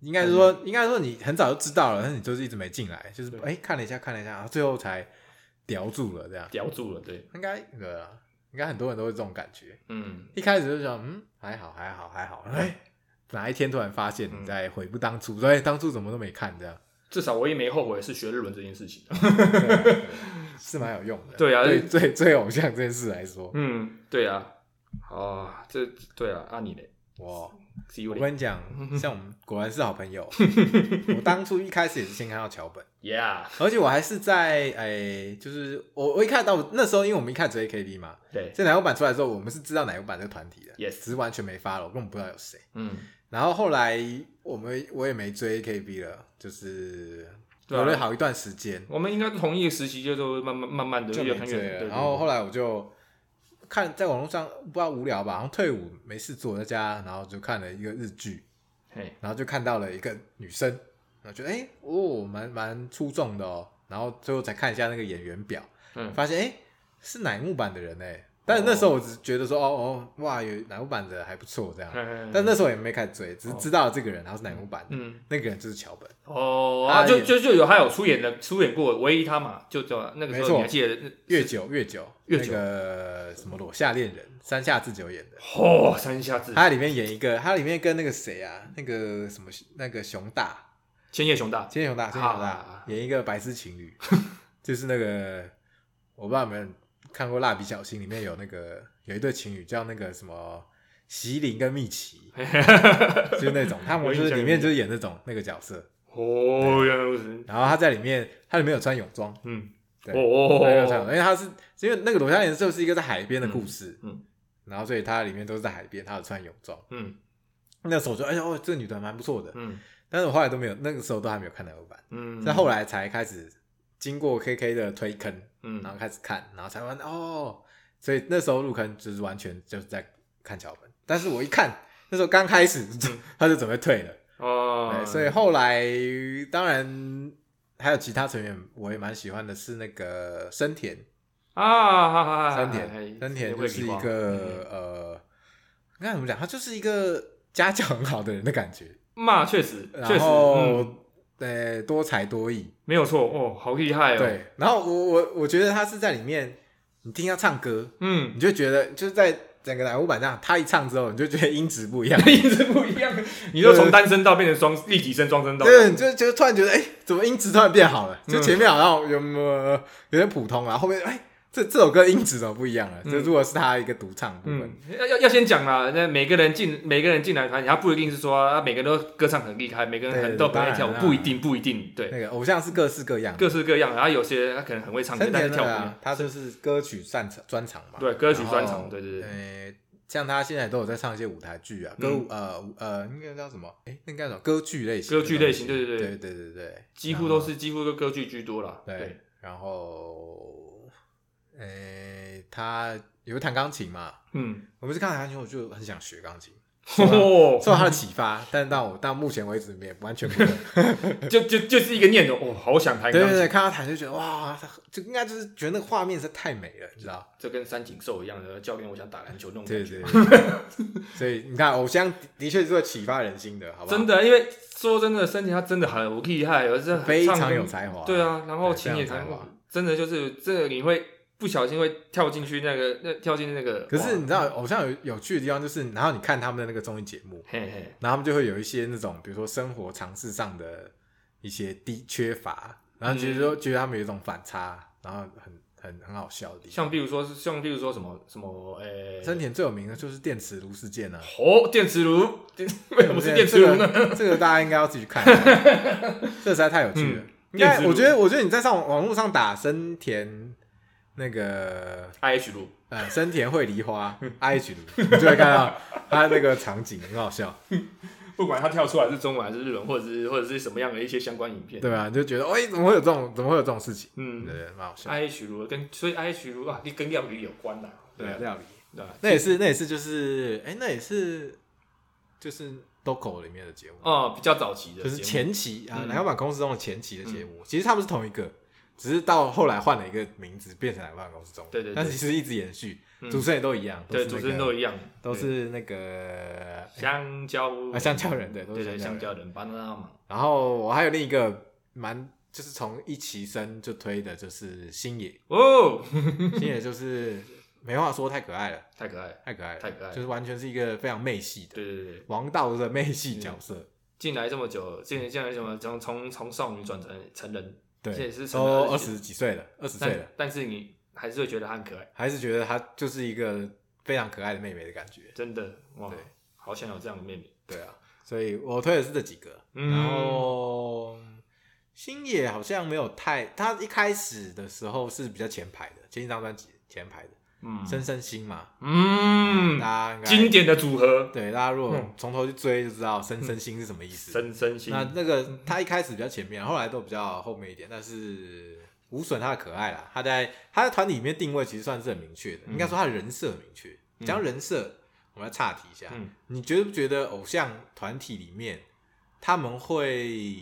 应该是说应该说你很早就知道了，但是你就是一直没进来，就是对哎看了一下看了一下，然后最后才叼住了这样。叼住了，对，应该对啊，应该很多人都会这种感觉。嗯，一开始就想，嗯，还好，还好，还好。哎，哪一天突然发现你在悔不当初，说哎，当初怎么都没看，这样至少我也没后悔是学日文这件事情。啊是蛮有用的。对啊对最最偶像这件事来说，嗯，对啊，哦，这对啊，按、你嘞哇！ ，C 我位跟你 讲，像我们果然是好朋友。我当初一开始也是先看到桥本， ，Yeah，而且我还是在哎，就是我我一看到那时候，因为我们一开始追 AKB 嘛，对，这奶油版出来之后，我们是知道奶油版这个团体的 Yes 只是完全没发了，我根本不知道有谁。嗯，然后后来我们我也没追 AKB 了，就是对啊有了好一段时间我们应该是同一个时期，就是会慢慢慢慢的就越没看越追对了。对然后对后来我就看在网络上不知道无聊吧，好像退伍没事做在家，然后就看了一个日剧，嘿，然后就看到了一个女生，然后觉得哎、诶哦蛮蛮出众的哦，然后最后才看一下那个演员表，嗯，发现哎、诶是乃木坂的人哎、但是那时候我只觉得说哦哦哇有乃木坂的还不错这样，但但那时候也没开始追，只是知道了这个人，然后是乃木坂，哦嗯，那个人就是桥本。哦，他啊，就演就就有他有出演的出演过，唯一他嘛，就叫那个时没候错你还记得那月九月九月九那个什么裸下恋人，山下智久演的，哦山下智他里面演一个，他里面跟那个谁啊，那个什么那个熊大，千叶雄大， 千叶熊大，千叶熊大啊演一个白痴情 侣，就是那个我不知道有没有人看过《蜡笔小新》，里面有那个有一对情侣叫那个什么哎哦席琳跟蜜奇，就是那种他们就是里面就是演那种那个角色，哦，原来如此，然后他在里面，他里面有穿泳装，嗯，对哦哦他里面有穿泳装，因哦，为他是因为那个《罗家人》就是一个在海边的故事，嗯嗯然后所以他里面都是在海边，他有穿泳装。嗯那时候我就哎呦，这个女的蛮不错的，嗯但是我后来都没有，那个时候都还没有看到欧版，嗯，在、后来才开始经过 KK 的推坑，嗯然后开始看，然后才发现哦，所以那时候入坑就是完全就是在看脚本，但是我一看那时候刚开始他就准 备退了，哦对，，所以后来当然还有其他成员我也蛮喜欢的是那个生田，啊，哈哈哈，生哎田生田会就是比一划嗯个呃，该怎么讲，他就是一个家教很好的人的感觉，嗯嘛，确实确然实，后嗯，。呃，多才多艺，没有错哦，好厉害哦，，对。然后我我我觉得他是在里面，你听他唱歌，嗯，，你就觉得就是在整个奶屋版上，他一唱之后，你就觉得音质不一样 一直不一样，你就从单声道变成双立体声双声道，对，你就就突然觉得，哎、怎么音质突然变好了？嗯就前面好像有有有点普通啊，后面哎、这这首歌音质怎么不一样了？嗯这如果是他一个独唱部分，嗯，要要要先讲啦，那每个人进每个人进来团体，他不一定是说啊每个人都歌唱很厉害，每个人很对逗很当爱然跳舞，啦不一定不一定，对，那个偶像是各式各样的。各式各样，然后有些人他可能很会唱歌，森但是田跳的、舞啊，他就是歌曲擅长专场嘛，对歌曲专场然后对对对呃像他现在都有在唱一些舞台剧啊，歌舞、呃呃，应该叫什么？哎、那应该叫什么？歌剧类型的嗯东歌剧西，类型对对对对对对对对，几乎然后都是几乎都歌剧居多啦，对对，，然后，诶、他有弹钢琴嘛？嗯，我不是看弹钢琴，我就很想学钢琴，哦，受他的启发，但到我到目前为止也完全 不会。就就就是一个念头，哦，好想弹对钢对对，琴，看他弹就觉得哇，他就应该就是觉得那个画面实在太美了，你知道？这跟三井寿一样的教练，我想打篮球那种对感觉对。对。 所以你看，偶像的的确是会启发人心的，好不好？真的，因为说真的，森田他真的很厉害，而且非常有才华。对，啊，然后对琴非也常弹才华哇，真的就是这个你会不小心会跳进去那个那跳进那个，可是哇你知道，偶像有有趣的地方就是，然后你看他们的那个综艺节目，嘿嘿，然后他们就会有一些那种，比如说生活常识上的一些低缺乏，然后觉得嗯说、觉得他们有一种反差，然后很很很好笑的地方。像比如说是像比如说什么什么诶，森田最有名的就是电磁炉事件啊，哦，电磁炉， 电为什么是电磁这炉个呢？这个大家应该要自己去看一 下，这实在太有趣了。嗯应该电磁炉我觉得，我觉得你在上网络上打森田那个 I H 炉，呃森田惠梨 花 I H 炉，你就会看到他那个场景很好笑，不管它跳出来是中文还是日文，或者是或者是什么样的一些相关影片，对吧？你就觉得，哎、怎么会有这种怎么会有这种事情？嗯对，蛮好笑。 ，I H 炉跟所以 I H 炉啊，跟料理有关的，对啊料理。对啊，那也是，那也是，就是，哎、那也是，就是 Doco 里面的节目，哦，比较早期的就节目，是前期啊，嗯南港版公司中的前期的节目，其实他们是同一个，只是到后来换了一个名字，变成南港公司中。对对对但其实一直延续，嗯主持人也都一样，对是主那持人个都一样，都对是那个。香蕉啊香蕉人对都是对对香香蕉蕉人 banana 嘛，然后我还有另一个蛮，就是从一起生就推的，就是星 野，哦，星野就是没话说，太可爱了，太可爱了，太可爱了，太可爱了就是完全是一个非常媚系的对对对，王道的媚系角色。嗯进来这么久，进来进来什么从从从少女转成成人，对，这也是成都了二二十十几岁了，二十岁了但，但是你还是会觉得她很可爱，还是觉得她就是一个非常可爱的妹妹的感觉。真的哇对，好想有这样的妹妹，对啊，所以我推的是这几个。嗯然后星野好像没有太，他一开始的时候是比较前排的，前一张专辑前排的，嗯深深心嘛，嗯，大家应该经典的组合，对大家如果嗯从头去追就知道深深心是什么意思。深深心，那那个他一开始比较前面，后来都比较后面一点，但是无损他的可爱啦。他在他在团体里面定位其实算是很明确的，应该说他的人设很明确。讲到人设，我们要岔题一下，嗯你觉不觉得偶像团体里面他们会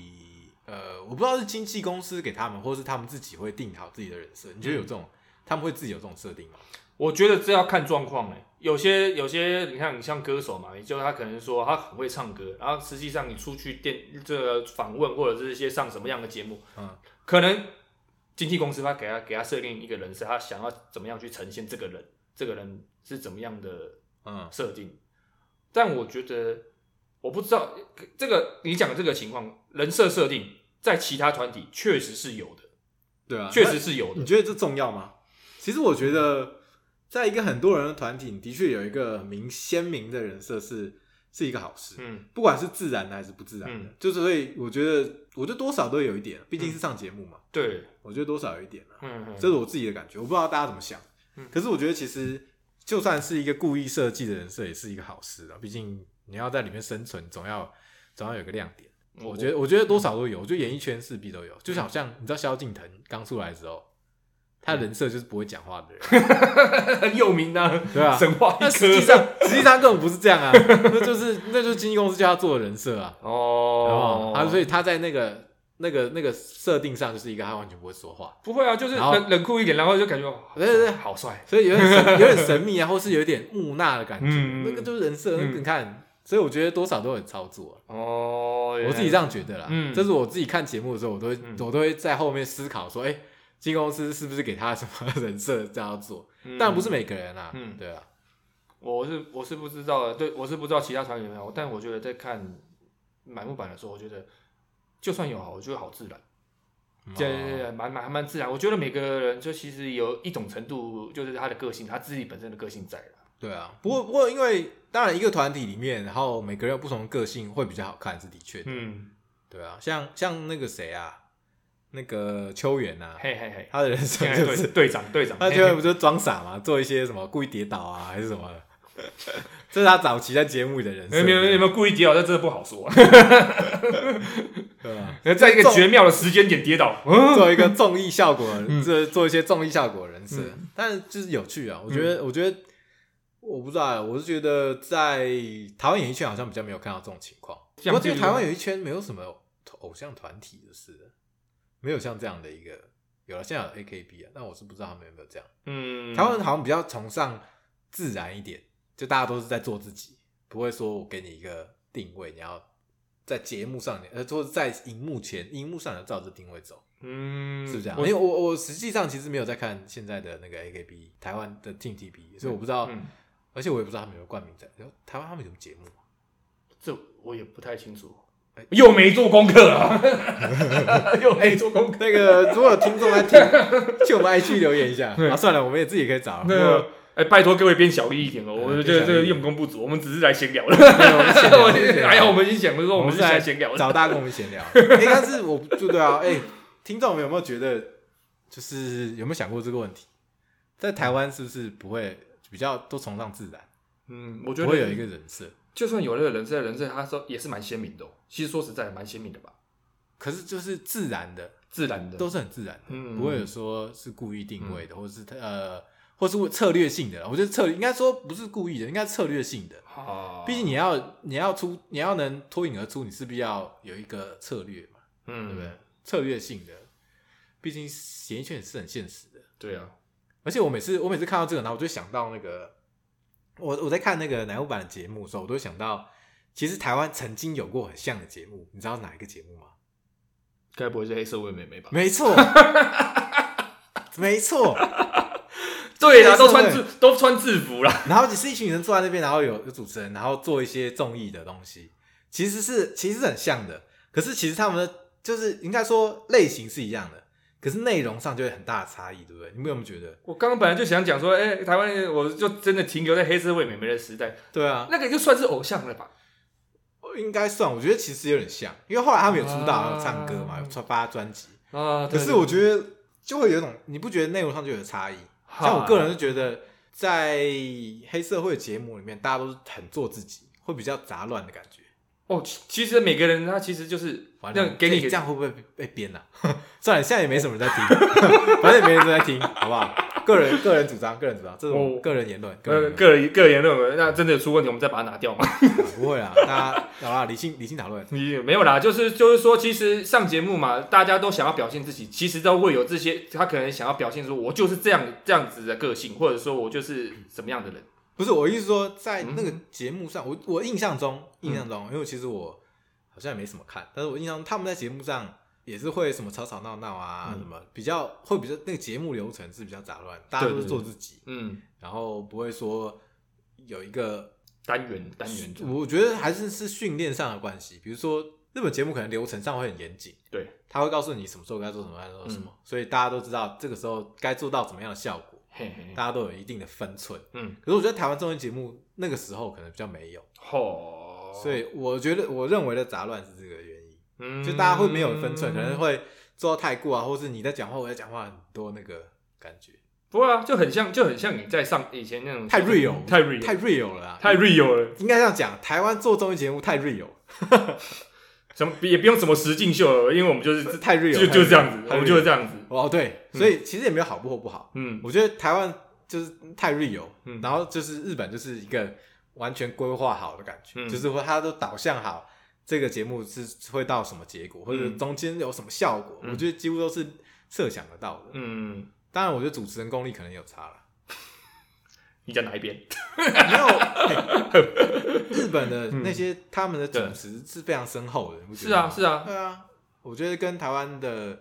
呃，我不知道是经纪公司给他们，或是他们自己会定好自己的人设？你觉得有这种、他们会自己有这种设定吗？我觉得这要看状况哎，有些有些，你看你像歌手嘛，你就他可能说他很会唱歌，然后实际上你出去电这个访问或者是一些上什么样的节目，嗯，可能经纪公司他给他给他设定一个人设，他想要怎么样去呈现这个人，这个人是怎么样的嗯设定。但我觉得我不知道这个你讲的这个情况，人设设定在其他团体确实是有的，对啊确实是有你的。觉得这重要吗？其实我觉得，在一个很多人的团体，你的确有一个很明鲜明的人设是，是一个好事，嗯不管是自然的还是不自然的，嗯就是所以我觉得，我觉得多少都有一点，毕竟是上节目嘛，对，我觉得多少有一点啊，嗯，这是我自己的感觉，我不知道大家怎么想嗯。可是我觉得其实就算是一个故意设计的人设，也是一个好事啊，毕竟你要在里面生存，总要总要有个亮点。我觉得，我觉得多少都有，我觉得演艺圈势必都有。就好像你知道萧敬腾刚出来的时候，他嗯人设就是不会讲话的人，得 很有名啊，对啊。神话一但实际科上，实际上根本不是这样啊，那就是那就是经纪公司叫他做的人设啊， 哦哦，，啊，所以他在那个那个那个设定上就是一个他完全不会说话，不会啊，就是然后冷冷酷一点，然后就感觉哇对对对好帅，所以有点神有点神秘啊，或是有点木讷的感觉，嗯嗯嗯那个就是人设。那个嗯你看，所以我觉得多少都有操作啊、哦，原来我自己这样觉得啦，嗯这是我自己看节目的时候，我都会、嗯我都会在后面思考说，哎、经纪公司是不是给他什么 人设这样做？嗯当然不是每个人啦、嗯对啊，我是我是不知道的，对我是不知道其他团有没有，但我觉得在看满木版的时候，我觉得就算有好，我觉得好自然，对对哦对，蛮蛮蛮自然。我觉得每个人就其实有一种程度，就是他的个性，他自己本身的个性在了。对啊。不过不过，因为当然一个团体里面，然后每个人有不同的个性，会比较好看是的确的，嗯，对啊。像像那个谁啊，那个秋元啊，嘿嘿嘿，他的人设现 就在队是。队长队长，他嘿秋元嘿不就装傻嘛，做一些什么故意跌倒啊，还是什么的？ 这是他早期在节目里的人设，有没有有没有故意跌倒？这真的不好 说、啊。对啊吧？在一个绝妙的时间点跌倒，做一个综艺效果， 嗯这做一些综艺效果人设嗯，但是就是有趣啊！我觉得，我觉得，我不知道啊，我是觉得在台湾演艺圈好像比较没有看到这种情况。像我觉譬得如台湾演艺圈没有什么偶像团体的事，没有像这样的一个有了，现在有 AKB 啊，但我是不知道他们有没有这样。嗯，台湾人好像比较崇尚自然一点，就大家都是在做自己，不会说我给你一个定位，你要在节目上，呃，或者在荧幕前、荧幕上要照着定位走。嗯是不是这样？因我为我我实际上其实没有在看现在的那个 AKB 台湾的 Team TP，所以我不知道，嗯而且我也不知道他们有没有冠名在台湾他们有节目 啊，这我也不太清楚哎，又没做功课 啊，又没做功课。那个如果有听众在听，去我们 IG 留言一下。啊，算了，我们也自己可以找。那我个，哎，拜托各位编小力一点哦，嗯我编小觉得力这个用功不足，我们只是来闲聊的。们闲聊 我闲聊哎呀，我们已经讲过说我们是是来来闲聊的。找大家跟我们闲 聊。哎，但是我就对啊，哎，听众们有没有觉得，就是有没有想过这个问题？在台湾是不是不会比较都崇尚自然，嗯，我觉不会有得一个人设？就算有那个人设，人设他说也是蛮鲜明的哦。其实说实在，蛮鲜明的吧，可是就是自然的，自然的。都是很自然的，嗯不会有说是故意定位的，或者是呃，或是策略性的啦。我觉得策略应该说不是故意的，应该是策略性的。啊，毕竟你要你要出你要能脱颖而出，你势必要有一个策略嘛，嗯，对不对？策略性的，毕竟演艺圈也是很现实的。对啊，而且我每次我每次看到这个，然后我就想到那个，我我在看那个南无版的节目的时候，我都会想到，其实台湾曾经有过很像的节目，你知道是哪一个节目吗？该不会是黑社会妹妹吧？没错， 没错。对啦，黑社都会穿制都穿制服啦。然后只是一群人坐在那边，然后有有主持人，然后做一些综艺的东西，其实是其实是很像的。可是其实他们的就是应该说类型是一样的，可是内容上就会很大的差异，对不对？你们有没有觉得？我刚刚本来就想讲说，哎，台湾人我就真的停留在黑社会妹妹的时代，对啊，那个就算是偶像了吧？应该算，我觉得其实有点像，因为后来他们有出道，啊然后唱歌嘛，有出发专辑。啊，可对是对我觉得就会有一种，你不觉得内容上就有差异？哈像我个人就觉得，在黑社会节目里面，大家都是很做自己，会比较杂乱的感觉。哦，其其实每个人他其实就是完那了，给你这样会不会被被编啊？ 算了，现在也没什么人在听， 反正也没人在听，好不好？个人个人主张，个人主张，这种哦个人言论，个人言论啊呃个人个人言论，那真的有出问题，我们再把它拿 掉嘛？不会啦，大家好啦，理性理性讨论，你没有啦，就是就是说，其实上节目嘛，大家都想要表现自己，其实都会有这些，他可能想要表现说，我就是这样这样子的个性，或者说我就是什么样的人。不是我意思说，在那个嗯节目上，我我印象中印象中，因为其实我好像也没什么看，但是我印象中他们在节目上也是会什么吵吵闹闹啊，嗯什么比较会比较那个节目流程是比较杂乱，大家对都是对做自己，嗯，然后不会说有一个单元单元这样，我觉得还是是训练上的关系，比如说日本节目可能流程上会很严谨，对，嗯他会告诉你什么时候该做什么，该做什么，所以大家都知道这个时候该做到怎么样的效果，嘿嘿，嘿大家都有一定的分寸。嗯，可是我觉得台湾综艺节目那个时候可能比较没有，吼，哦，所以我觉得我认为的杂乱是这个原因，嗯就大家会没有分寸，可能会做到太过啊，或是你在讲话，我在讲话很多那个感觉不会啊，就很像就很像你在上以前那种太 real，太 real 太 real 了啊，太 real 了，应该这样讲，台湾做综艺节目太 real，什么也不用什么实境秀了，因为我们就是自太 real，就就这样子，我太 real 们就是这样子，哦对，所以其实也没有好不或不好，嗯我觉得台湾就是太 real，嗯然后就是日本就是一个完全规划好的感觉，嗯就是说它都导向好这个节目是会到什么结果，或者嗯中间有什么效果，嗯我觉得几乎都是设想得到的。嗯，当然，我觉得主持人功力可能有差了，你讲哪一边？没有、嘿日本的那些、他们的主持是非常深厚的，你不觉嗯是得啊吗？是啊，对啊，我觉得跟台湾的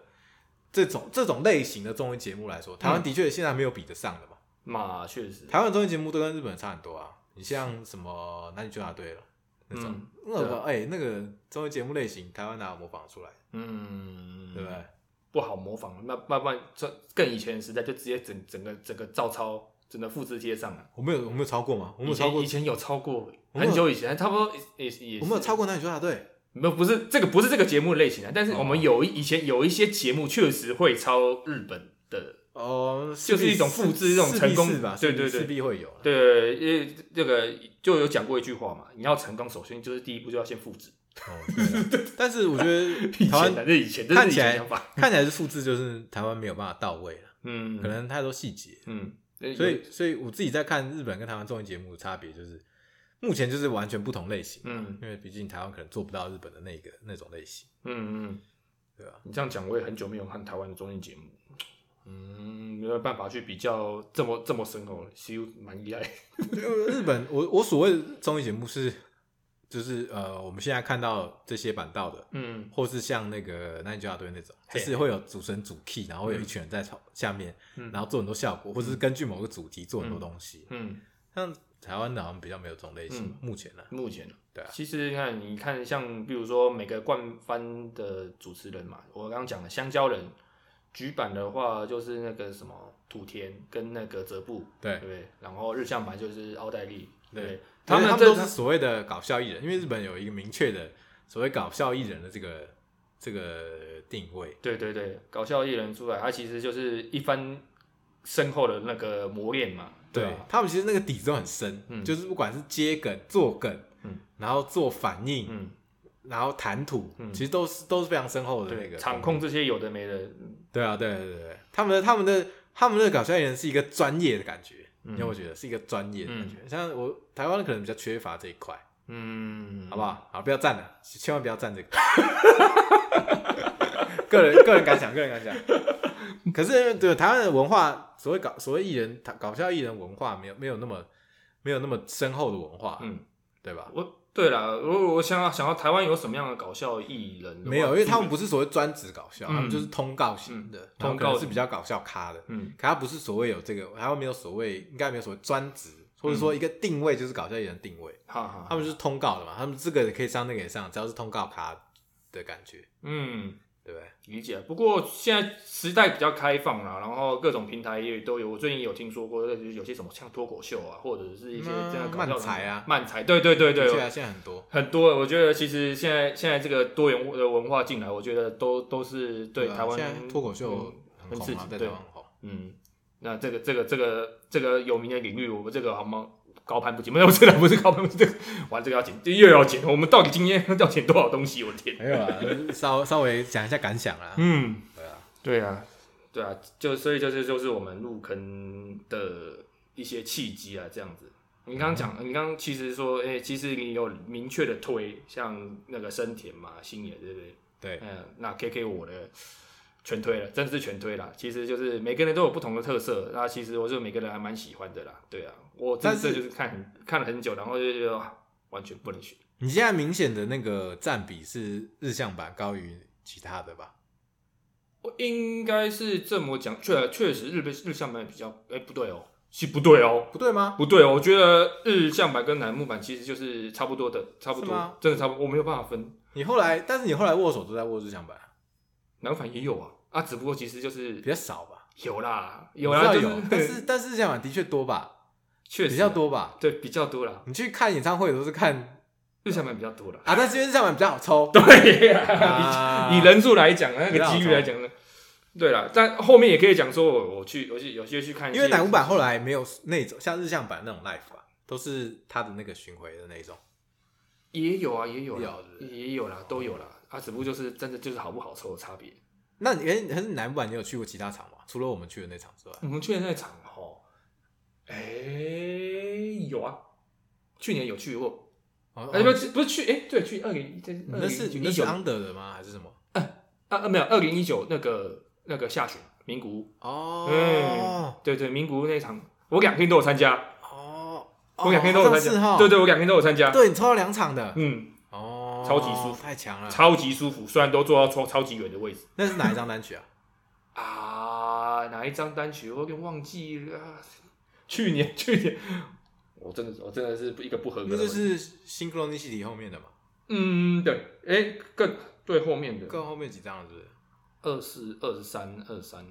这种这种类型的综艺节目来嗯说，台湾的确现在没有比得上的嘛。嘛确实，台湾的综艺节目都跟日本差很多啊，你像什么男女纠察队了那种，嗯那对个哎、那个综艺节目类型，台湾哪有模仿出来，嗯，对不啊对？不好模仿，那慢慢这更以前的时代就直接整整个整个照抄，整个复制贴上了。我们有我们有超过吗？我我们有超过以，前有超过，我们有很久以前，差不多也也也是我们有超过男女纠察队，没有不是这个不是这个节目的类型啊，但是哦我们有一以前有一些节目确实会抄日本的，哦，就是势必一种复制一种成功势必是吧？对对势必对势必会有啦。对，因为这个就有讲过一句话嘛，你要成功，首先就是第一步就要先复制。哦对 啊但是我觉得以台前湾的，这是以前，这看是以起前来想法。看起来是复制，就是台湾没有办法到位了，嗯，可能太多细节。嗯，所以，所以我自己在看日本跟台湾综艺节目的差别，就是目前就是完全不同类型，嗯因为毕竟台湾可能做不到日本的那个那种类型，嗯嗯，对啊吧？你这样讲，我也很久没有看台湾的综艺节目，嗯，没有办法去比较这么这么深厚了，其实蛮依赖。日本，我我所谓的综艺节目是，就是呃，我们现在看到这些板道的，嗯或是像那个那你就要对那种，就嘿是会有主持人主 key，然后会有一群人在吵下面，嗯然后做很多效果，或者是根据某个主题做很多嗯东西。嗯，像台湾的好像比较没有这种类型，嗯目前呢、啊，目前呢对啊其实你看，你看像比如说每个冠番的主持人嘛，我刚刚讲的香蕉人。局版的话就是那个什么土田跟那个泽布，对对不，对？然后日向版就是奥黛丽，对对，他们们都这是所谓的搞笑艺人，因为日本有一个明确的所谓搞笑艺人的这个这个定位。对对对，搞笑艺人出来，他其实就是一番深厚的那个磨练嘛，对吧、他们其实那个底子都很深，嗯就是不管是接梗、做梗，嗯然后做反应，嗯，然后谈吐，嗯其实都是都是非常深厚的那对，个场功力。控这些有的没的，对啊，对对对对，他们的他们的他们的搞笑艺人是一个专业的感觉，嗯你有没有觉得是一个专业的感觉？像我台湾可能比较缺乏这一块，嗯，好不好？好，不要站了，千万不要站这个。个人个人感想，个人感想。可是对台湾的文化，所谓搞所谓艺人搞搞笑艺人文化，没有没有那么没有那么深厚的文化，嗯，对吧？我对啦，我我想要想要台湾有什么样的搞笑艺人的话？没有，因为他们不是所谓专职搞笑，嗯他们就是通告型的，通告型通告是比较搞笑咖的。嗯可他不是所谓有这个，台湾没有所谓，应该没有所谓专职，或者嗯说一个定位就是搞笑艺人定位，哈哈，他们就是通告的嘛，他们这个也可以上，那个也上，只要是通告咖的感觉，嗯。对不对？理解，不过现在时代比较开放啦，然后各种平台也都有。我最近有听说过，就是有些什么像脱口秀啊，或者是一些这样搞笑的嗯漫才啊漫才，对对对对，的确啊，现在很多。很多，我觉得其实现在现在这个多元的文化进来，我觉得都都是对啊台湾嗯现在脱口秀很很刺红啊嘛，激在台对湾很红。嗯，那这个这个这个这个有名的领域，我们这个好吗？高攀不起，没有，这个不是高攀不起，这个玩这个要剪，又要剪，我们到底今天要剪多少东西？我的天！没有 啊，稍稍微讲一下感想啦。嗯，对啊，对啊，对啊，就所以就是就是我们入坑的一些契机啊，这样子。你刚刚讲，你刚刚其实说，哎、其实你有明确的推，像那个生田嘛、星野，对不对？对，嗯，那 KK 我的全推了，真的是全推啦。其实就是每个人都有不同的特色，那其实我就每个人还蛮喜欢的啦。对啊，我真但的是就是看很看了很久，然后就觉得哇完全不能选。你现在明显的那个占比是日向版高于其他的吧？我应该是这么讲，确确实日本日向版比较，哎、不对哦，是不对哦，不对吗？不对哦。我觉得日向版跟楠木版其实就是差不多的，差不是多吗，真的差不多，我没有办法分。你后来，但是你后来握手都在握日向版，楠木版也有啊，啊，只不过其实就是比较少吧？有啦，有我啦，知就道有，但是但是日向版的确多吧， 确实比较，多吧？对，比较多啦。 你去看演唱会都是看日向版比较多 啦。啊，但是因为日向版比较好抽，对呀、啊 以以人数来讲，那比个较好几率来讲呢，对啦，但后面也可以讲说我我去我去有些去看一些，因为乃木坂后来没有那种像日向版那种 life 啊，都是他的那个巡回的那一种。也有啊，也有啦有，对也有啦，都有啦。啊，只不过就是真的就是好不好抽的差别。那你哎，可是乃木坂你有去过其他场吗？除了我们去的那场之外，嗯我们去年那场哦，哎、有啊，去年有去过，哦哎、不嗯哦是不是去，哎、对，去二零一，这那是一那是九 under 的吗？还是什么？啊，没有二零一九那个那个下旬名古屋，哦对对，名古屋那场我两天都有参加，哦，我两天都有参上次加，哈对对，我两天都有参加，对，你抽到两场的，嗯，哦，超级舒服太强了。超级舒服，虽然都坐到超超级远的位置那是哪一张单 曲啊？啊，哪一张单曲我有点忘记了，啊去年 去年。我真的是，我真的是一个不合格的那问题。就是《新克罗尼西里》后面的嘛，嗯，对，哎，更对后面的更后面几张了是不是？二四、二十三、二三，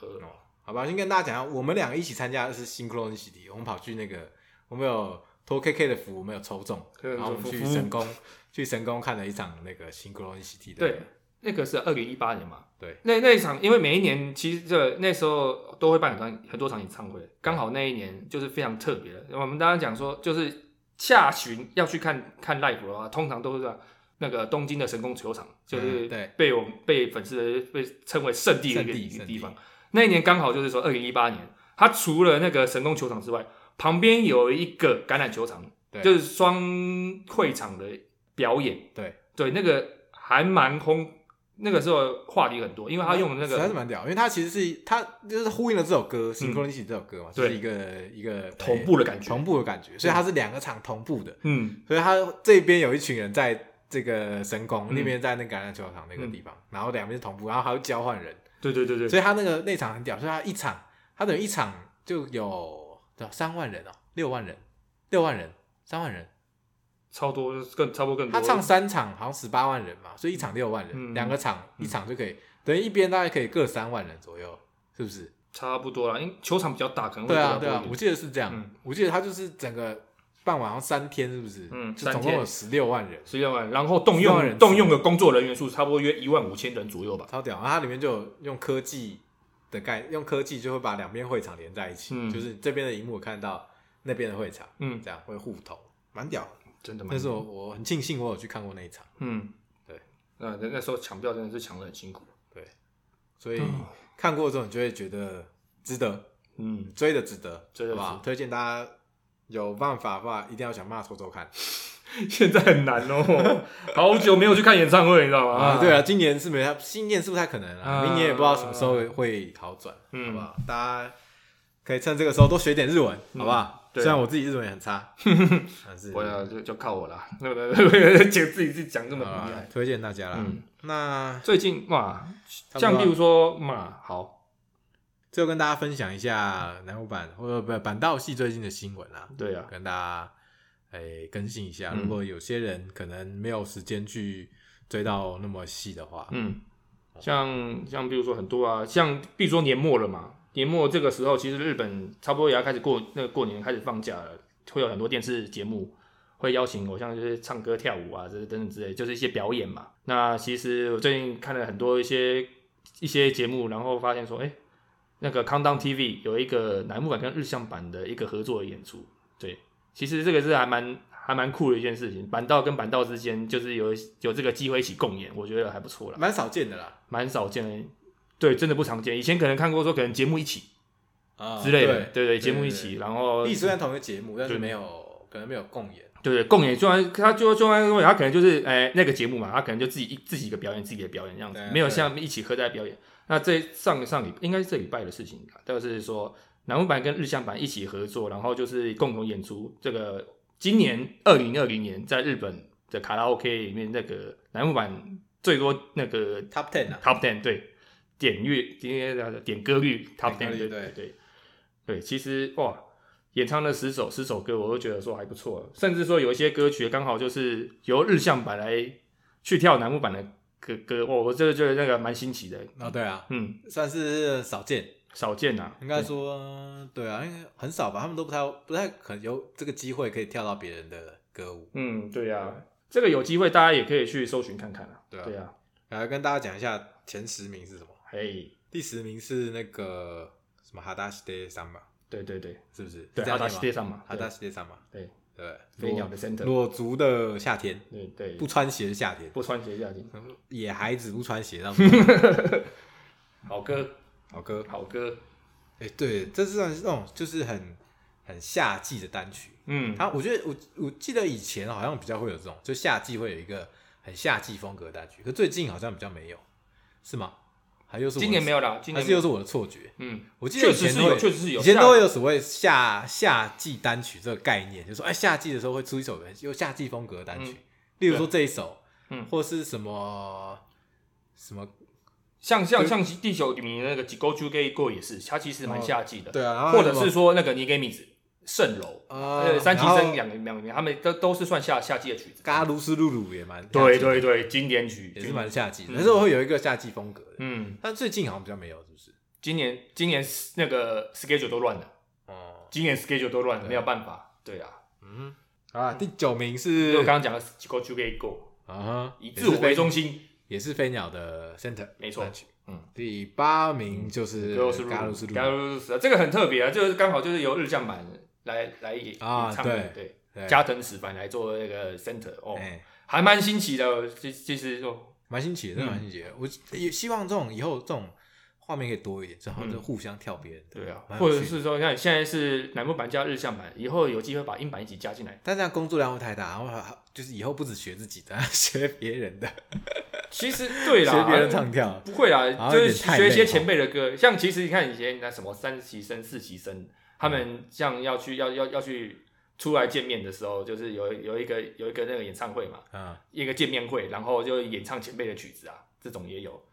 呃，哦，好吧，先跟大家讲一下，我们两个一起参加的是 Synchronicity，我们跑去那个，我们有托 KK 的福，我们有抽中，对然后我们福去神宫，去神宫看了一场那个 Synchronicity 的，对，那个是二零一八年嘛，对，那那一场，因为每一年其实这那时候都会办很多很多场演唱会，刚好那一年就是非常特别的。我们刚刚讲说，就是下旬要去看看 live 的话，通常都是在那个东京的神宫球场，就是嗯对被我们被粉丝被称为圣地的一圣个地一个圣地地方。那一年刚好就是说二零一八年，它除了那个神宫球场之外，旁边有一个橄榄球场，对就是双会场的表演。对，对，那个还蛮轰，那个时候话题很多，因为他用的那实在是个嗯蛮屌，因为它其实是它就是呼应了这首歌 Synchronicity 这首歌嘛，就对是一个一个哎同步的感觉，同步的感觉，所以它是两个场同步的，嗯，所以它这边有一群人在。这个神宫嗯那边在那个橄榄球场那个地方，然后两边是同步，然后还会交换人，对对对对，所以他那个那场很屌，所以他一场，他等于一场就有对三万人哦，六万人，六万人，三万人，超多更差不多更多，他唱三场好像十八万人嘛，所以一场六万人，嗯两个场一场就可以，等于一边大概可以各三万人左右，是不是？差不多啦，因为球场比较大，可能会对啊，比对较啊多，一我点记得是这样，嗯我记得他就是整个办完好像三天，是不是？嗯就总三共天有十六万人，十六万，然后动十六万用人动用的工作人员数差不多约一万五千人左右吧，超屌。然后它里面就有用科技的概，用科技就会把两边会场连在一起，嗯就是这边的荧幕看到那边的会场，嗯，这样会互投，蛮屌的。真的吗那？时候我很庆幸我有去看过那一场，嗯，对，那那时候抢票真的是抢的很辛苦，所以看过之后你就会觉得值得， 嗯，追的值得，追得值得好不好推荐大家有办法的话，一定要想办法抽抽看现在很难哦， 好久没有去看演唱会，你知道吗？啊！对，啊，今年是没，今年是不太可能啊，啊明年也不知道什么时候会好转，嗯嗯好不好？大家可以趁这个时候多学点日文，好不好？对虽然我自己日文也很 差，但是我要就就靠我啦， 那个姐自己自己讲这么好厉啦害，推荐大家啦嗯。那最近哇，差不多啊像例如说嘛，好，最后跟大家分享一下南湖版或者不板道系最近的新闻啦。对啊，跟大家诶、更新一下。嗯如果有些人可能没有时间去追到那么细的话，嗯，像像比如说很多啊，像比如说年末了嘛，年末这个时候其实日本差不多也要开始过那个过年开始放假了，会有很多电视节目会邀请偶像就是唱歌跳舞啊，这等等之类，就是一些表演嘛。那其实我最近看了很多一些一些节目，然后发现说，哎、那个 Countdown TV 有一个楠木版跟日向版的一个合作的演出，对，其实这个是还蛮还蛮酷的一件事情，板道跟板道之间就是有有这个机会一起共演，我觉得还不错啦。蛮少见的啦，蛮少见的，对，真的不常见。以前可能看过说，可能节目一起啊之类的，对对，对节目一起，然后历对史在同一个节目，但是哦对没有可能没有共演，对共演，就然他就就然他可能就是哎、那个节目嘛，他可能就自己一自己一个表演，自己的表演这样子对，没有对像一起合在表演。那这上上礼应该是这礼拜的事情吧，就是说南木版跟日向版一起合作，然后就是共同演出这个今年二零二零年在日本的卡拉 OK 里面那个南木版最多那个 Top Ten 啊 Top Ten 对点阅点点歌率 Top 点歌 Ten 对率对对对，其实哇，演唱了十首十首歌，我都觉得说还不错，甚至说有一些歌曲刚好就是由日向版来去跳楠木版的歌歌，哦，我这个觉得那个蛮新奇的，啊，对啊，嗯，算是少见，少见呐、啊，应该说对啊，因为很少吧，他们都不太不太可能有这个机会可以跳到别人的歌舞。嗯，对呀、这个有机会大家也可以去搜寻看看啊。对啊对呀、来跟大家讲一下前十名是什么？嘿，第十名是那个什么哈达西德桑吧，对对对，是不是？是这对，样阿达念西吗街上嘛，哈达西德桑吧，对，对不飞对，鸟裸的 center，裸足的夏天，对对，不穿鞋的夏天，不穿鞋下去，野孩子不穿鞋，让 我们好歌好歌。好歌，哎、对，这是算是那种就是很很夏季的单曲。嗯，它，我觉得我我记得以前好像比较会有这种，就夏季会有一个很夏季风格的单曲，可最近好像比较没有，是吗？还又是我的今年没有啦，今还年是又是我的错觉？嗯，我记得以确实前是都有，会确实是有，以前都会有，有所谓夏夏季单曲这个概念，就是说哎，夏季的时候会出一首有夏季风格的单曲，嗯例如说这一首，嗯或是什么什么，像像像地球里面那个《几勾 G Gay Go》也是，它其实蛮夏季的，对啊，然后或者什么是说那个《你给米子》蜃楼，啊呃，三级然后生两个两个，他们都都是算夏夏季的曲子。嘎鲁斯露露也蛮对夏季的对对，经典曲也是蛮夏季的，嗯但是我会有一个夏季风格的，嗯，但最近好像比较没有，是不是？今年今年那个 schedule 都乱了，哦，今年 schedule 都乱了，对没有办法。对啊，嗯，好啦，第九名就我是刚刚讲的 Go to Go Go，啊哈，以也自我是为飞中心，也是飞鸟的 center，没错单曲嗯，第八名就是都是嘎鲁斯露嘎露，鲁斯，这个很特别啊，就是刚好就是由日向版来来演啊演唱的，对，对加藤史版来做那个 center 哦，哎，还蛮新奇的，其其实就蛮新奇的，真的嗯蛮新奇的。我也希望这种以后这种画面可以多一点，正好就互相跳别人的，嗯对啊，蛮有或者趣的是说看现在是乃木版加日向版，以后有机会把英版一起加进来，但这样工作量会太大，然后还就是以后不只学自己的， 还学别人的，其实对啦，学别人唱跳，不会啦，好像就有是点太学一些累哦前辈的歌，像其实你看以前那什么三期生、四期生，他嗯们像要去要要要去出来见面的时候，就是有有一个有一个那个演唱会嘛，嗯，一个见面会，然后就演唱前辈的曲子啊，这种也有，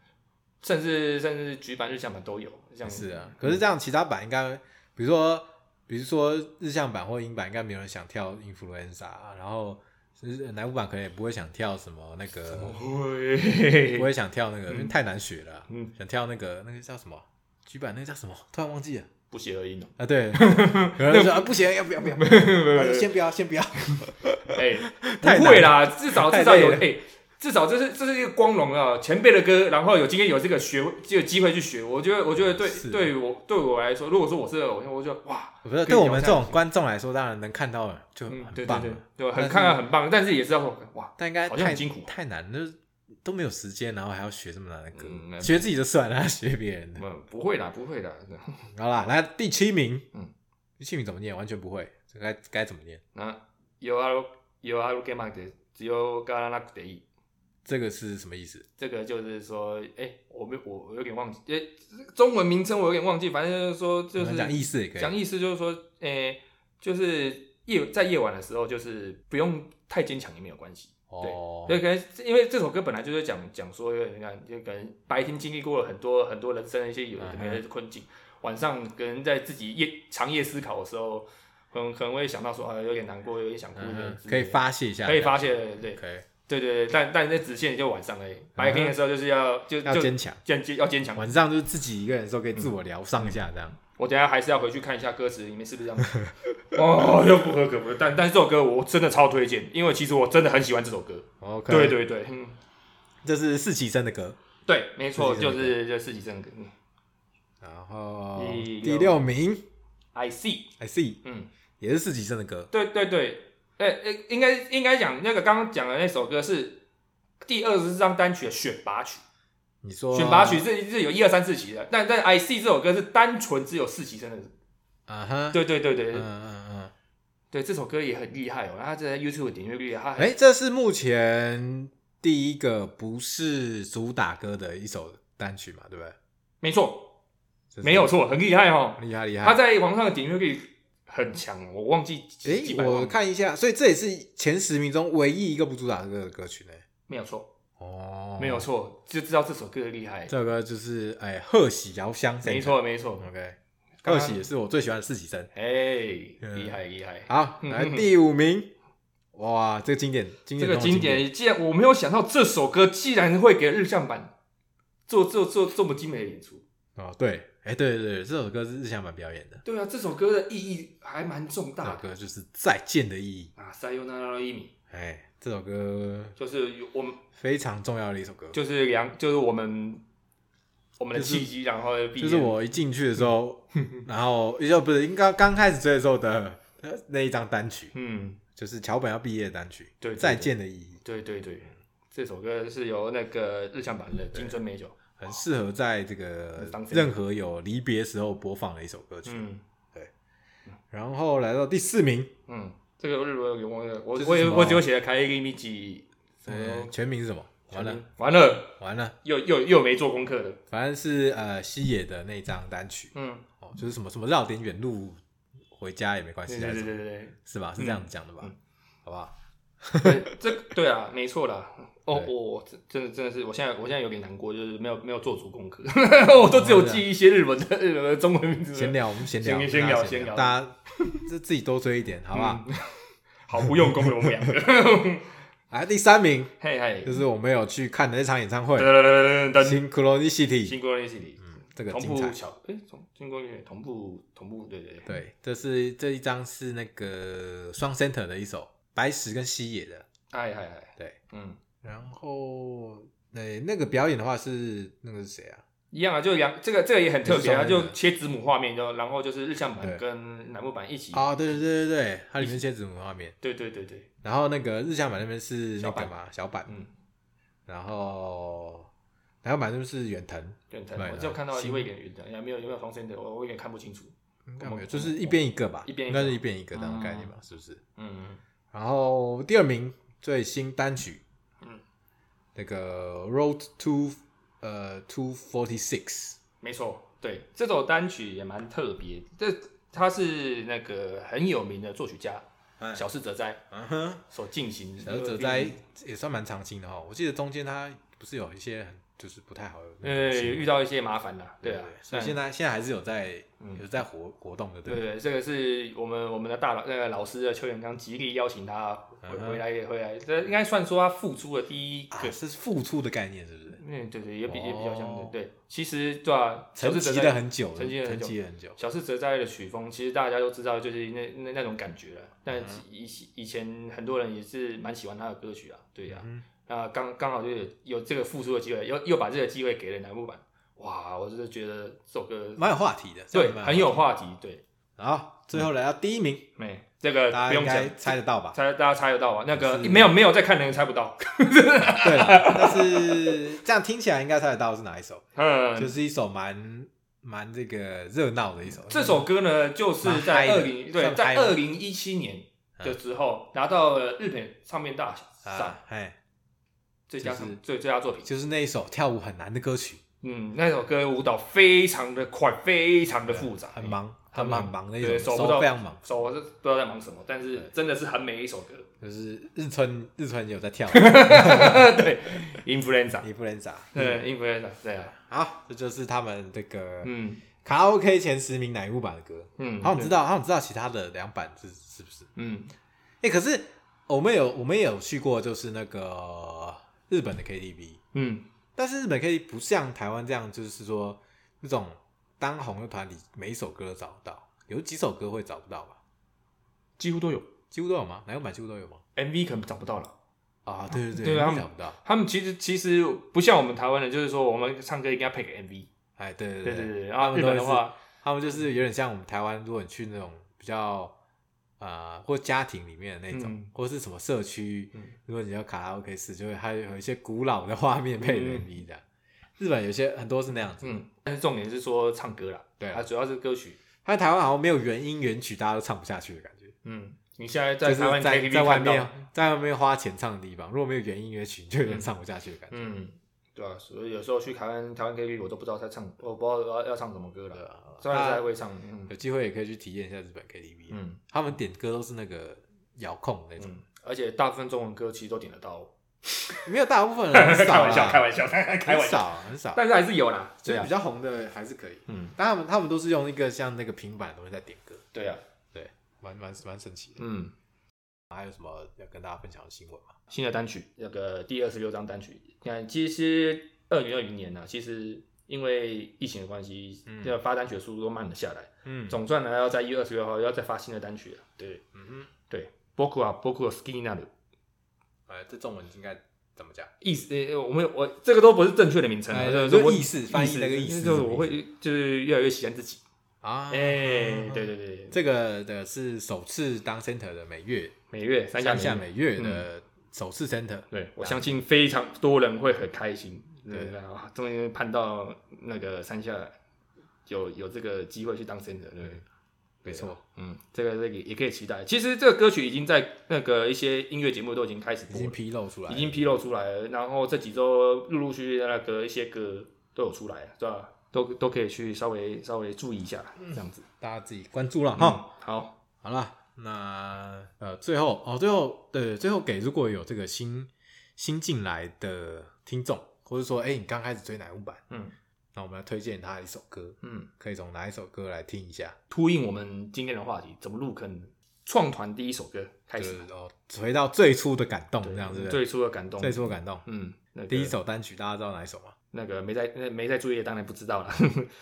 甚至甚至局版、日向版都有，像是啊。可是这样其他版应该，比如说比如说日向版或英版，应该没有人想跳 influenza，啊然后是呃南部版可能也不会想跳什么那个， 不会，会想跳那个，因为太难学了啊，嗯，想跳那个那个叫什么？局版那个叫什么？突然忘记了。不写而已呢。啊， 对，有人说啊，不行，要不 要不要，不呃要，先不要，先不要，哎，太不会啦，至少至太少有累了哎。至少这是这是一个光荣啊，前辈的歌，然后有今天有这个学，就有机会去学。我觉得，我觉得对是对于我对我来说，如果说我是偶像，我就哇，不是可以对我聊们下这种观众来说，当然能看到了就嗯，对很对棒对了，对，但很是看看很棒，但是也是要哇，但应该好像太很辛苦太难，就是都没有时间，然后还要学这么难的歌嗯，那学自己就算了，还 学别人的。嗯，不会啦，不会啦，好啦，来第七名，嗯，第七名怎么念？完全不会，这该该怎么念？那有啊有啊，给嘛的，只有嘎啦那得意。这个是什么意思？这个就是说，哎、我没我我有点忘记，哎、中文名称我有点忘记，反正就是说就我是们讲意思也可讲以。意思就是说，诶、就是夜在夜晚的时候，就是不用太坚强也没有关系。哦，对，可能因为这首歌本来就是讲讲说，你看，就可能白天经历过了很多很多人生的一些有嗯的没的困境，晚上可能在自己夜长夜思考的时候，可能可能会想到说，啊，有点难过，有点想哭嗯的哼，之类的，可以发泄一啊下，可以发泄，对可以，对对对，但但那只限就晚上而已，白天的时候就是要就要就坚强。坚坚要坚强。晚上就是自己一个人的时候，可以自我疗伤一下，这样。我等一下还是要回去看一下歌词里面是不是这样。 哦，又不合格，不合格但但是这首歌我真的超推荐，因为其实我真的很喜欢这首歌。 OK，嗯对，对对，嗯，这是四期生的歌。对，没错，四级就真的歌是就是四级真的歌。嗯然后第第六六名 I see， ，I see，嗯，也是四级生的歌。对对对，哎、哎、应该应该讲那个刚刚讲的那首歌是第二十张单曲的选拔曲，你说选拔曲是是有一二三四级的，但但 I see 这首歌是单纯只有四级真的。啊哈，对对对对嗯对嗯嗯，对，这首歌也很厉害哦，它在 YouTube 的点阅率它很哎，这是目前第一个不是主打歌的一首单曲嘛，对不对？没错，这是没有错，很厉害哦。厉害厉他害。在网上的点阅率很强，哦我忘记几几哎，百万我看一下，所以这也是前十名中唯一一个不主打歌的歌曲呢。没有错，哦，没有，错，就知道这首歌的厉害。这首歌就是哎，贺喜遥香，没。错，没错， OK，刚贺刚喜也是我最喜欢的四级生。哎，嗯厉害厉害！好，来第五名，哇，这个经典，经嗯这典个中的经典，既然我没有想到这首歌竟然会给日向版做做做这么精美的演出，哦，对，哎、对对对，这首歌是日向版表演的，对啊，这首歌的意义还蛮重这大首的歌就是再见的意义。啊。塞尤那拉伊米哎、这首歌就是有我们非常重要的一首歌，就就是两就是我们我们的就是契机，然后毕业是我一进去的时 候，然后就不是应该刚开始追的时候的呃那一张单曲，嗯，就是桥本要毕业的单曲，对对对再见的意义，对对对，这首歌是由那个日向版的金春美酒，很适合在这个当飞任何有离别时候播放的一首歌曲。嗯然后来到第四名，嗯，这个日文有忘了，我这是我什也么我只有写了开一米几，什呃，么全名是什么？完了哦完了，完了，又又又没做功课的，反正是呃西野的那张单曲嗯，哦，就是什么什么绕点远路回家也没关系，对对还是什对嗯么对对是吧？是这样子讲的吧？好不好？对，对 这个对啊，没错啦。哦，对我我真的真的是，我现在我现在有点难过，就是没有没有做足功 课，我都只有记一些日文的日文的中文名字，闲聊，我们闲闲聊，嗯聊我们大家闲聊嗯大家这自己多追一点，好不好？好不用功的我们两个。 来第三名嘿嘿，就是我们有去看的那场演唱会噔，噔噔噔噔，新 c r o n i City，新光练习里，这个同精彩步。巧，哎，同新光练同步同步，对对对，对，这是这一张是那个双 center 的一首，白石跟西野的。哎哎哎，对，嗯，然后诶、那个表演的话是那个是谁啊？一样啊，就两这个这个也很特别也啊，是双人的就切子母画面，就然后就是日向对版跟楠木版一起，啊、对对对对对，它里面先子母画面，对对对对，然后那个日向版那边是那小个坂嘛小板，嗯，然后然后版那边是远藤，远藤，对啊我就看到一新位演员的，也没有有没有防身的，我我有点看不清楚，应该没有，就是一边一个吧，一边一应个啊该是一边一个那种概念吧，是不是？嗯，然后第二名最新单曲，嗯，那个 Road to 呃 Two Forty Six，没错，对，这首单曲也蛮特别，这他是那个很有名的作曲家哎小室哲哉嗯哼。所进行的，小泽哉也算蛮长青的哈，我记得中间他不是有一些很就是不太好的那呃，种情遇况，到一些麻烦啦，对啊，所以但现在现在还是有在嗯有在活活动的，对不对对，这个是我们我们的大老那个老师的邱元刚极力邀请他回嗯哼回来也回来，这应该算说他付出的第一个啊，，是付出的概念是不是？嗯，对对，也比也比较像哦的，对，其实对啊，小沉室哲寂了哉，很久，沉寂了沉很久寂了很久，小室哲哉的曲风，其实大家都知道，就是那那那种感觉了。嗯但以以前很多人也是蛮喜欢他的歌曲啊，对呀、嗯那刚刚好就有有这个付出的机会，又又把这个机会给了楠木板，哇，我真的觉得这首歌蛮有话题的，对真的蛮很有有话题，对，话题。好，最后来到第一名，没这个大呃不家用应讲该，猜得到吧？猜大家猜得到吧？那个是没有没有再看的人猜不 到。对了，但是这样听起来应该猜得到是哪一首，就嗯，是一首蛮蛮这个热闹的一首，这首歌呢，就是蛮嗨在二的算零对，嗨在吗二零一七年的嗯时候拿到了日本唱片大赏啊，哎，最佳就是最最佳作品。就是那一首跳舞很难的歌曲。嗯，那首歌舞蹈非常的快，非常的复杂，嗯很，忙，很很忙，忙很忙的一对，种，手不知道非常忙。，手我是不知道在忙什么，但是真的是很美一首 歌。就是日村日村有在 跳对，Influenza， ，Influenza。嗯，Influenza，对啊，好，这就是他们这个嗯卡拉 OK 前十名哪一部版的歌。嗯，好，我们知道，道，好，我们知道其他的两版是是不是？嗯，哎，可是我们有我们也有去过，就是那个日本的 KTV，嗯，但是日本 KTV 不像台湾这样，就是说那种当红的团体，每一首歌都找不到，有几首歌会找不到吧？几乎都有几乎都有吗？哪个版几乎都有吗？ MV，可能找不到了。啊，对对对他们找不到。他们其实其实不像我们台湾人，就是说我们唱歌一定要配个 MV，哎，对对对对对对。然他后们日都本是的话，他们就是有点像我们台湾，如果你去那种比较呃或家庭里面的那种，嗯或是什么社区，嗯如果你要卡拉 OK 室，就会还有一些古老的画面配的嗯 MV 的。日本有些很多是那样子，嗯，但是重点是说唱歌啦，对啊啊，主要是歌曲，但台湾好像没有原音原曲，大家都唱不下去的感觉。嗯，你现在就在是台湾在 KTV 在外看到面在外面花钱唱的地方，如果没有原音原曲，你就有点唱不下去的感觉。嗯，对啊，所以有时候去台湾台湾 KTV 我都不知道在唱，我不知道要要唱什么歌对了，啊嗯虽然啊是在会唱，嗯有机会也可以去体验一下日本 KTV，、嗯啊他们点歌都是那个遥控的那种，嗯，而且大部分中文歌其实都点得到，啊没有大部分人很少 开玩笑，啦开玩笑，开玩很笑，少很少。但是还是有啦，所啊对以啊比，较红的还是可以。嗯，但他们他们都是用一个像那个平板的东西在点歌，对啊，对，蛮蛮蛮神奇的。嗯，还有什么要跟大家分享的新闻吗？新的单曲那个第二十六张单曲，你看，其实二零二零年呢、啊，其实因为疫情的关系，嗯这个发单曲的速度都慢了下来。嗯，总算呢要在一月二十六号要再发新的单曲了。对嗯对，Boku 啊 Boku s k i n a 的哼，哎，这中文应该怎么讲？意思，呃我们我这个都不是正确的名称啊，哎就就我意思翻译那个意思就是是不我是会就是越来越喜欢自己。啊，哎，对对对，这个的是首次当 center 的美月，每月三下乡每下月美嗯月的首次 center，对，我相信非常多人会很开心。啊对对啊，终于盼到那个山下有有这个机会去当 center，对，没错，嗯，这个这个也可以期待。其实这个歌曲已经在那个一些音乐节目都已经开始已播经了，披露出来已了，经披露出来了。然后这几周陆陆续续的那个一些歌都有出来了，对吧？都都可以去稍微稍微注意一下，嗯这样子。大家自己关注了哈。嗯，好，好啦，那呃，最后哦，最后对，最后给如果有这个新新进来的听众，或者说哎、诶你刚开始追哪木版，嗯那我们来推荐他一首歌，嗯，可以从哪一首歌来听一下？呼应我们今天的话题，怎么入坑？创团第一首歌开就始是，哦，回到最初的感动对这样子，最初的感动，最初的感动。嗯，那个第一首单曲大家知道哪一首吗？那个没在那没在注意，当然不知道了。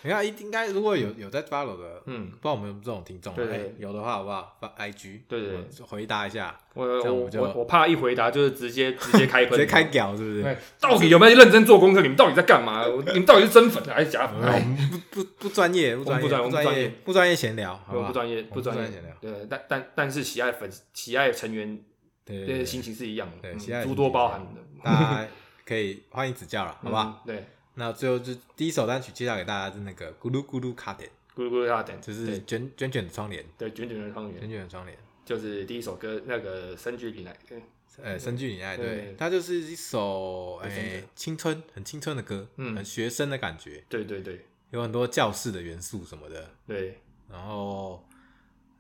你看，应该如果有有在 follow 的，嗯不知道我们有没有这种听众啊，对对诶对有的话好不好？发 IG，对对对我回答一下，我这样我我们就我我怕一回答就是直接直接开直喷，接开屌是不是？哎到底有没有认真做功课？你们到底在干嘛？我你们到底是真粉还是假粉？我哎，们不不不专业，不专业，我们不专专我们不专业不专业闲聊，好我好不专业，我们不专闲聊业。。对，但但但是喜爱粉喜爱成员对的对心对，情是一样的，对嗯喜爱诸多包含的，大家可以欢迎指教了， 好不好？吧？对，那最后就第一首单曲介绍给大家是那个《咕噜咕噜卡点咕噜咕噜大点，》，就是卷卷卷的窗帘，对对卷卷的汤圆卷，卷的窗帘，就是第一首歌那个深居里来，对呃，深具你爱，对对，它就是一首对真哎的青春，很青春的歌，嗯很学生的感觉，对对对有很多教室的元素什么的，对，然后。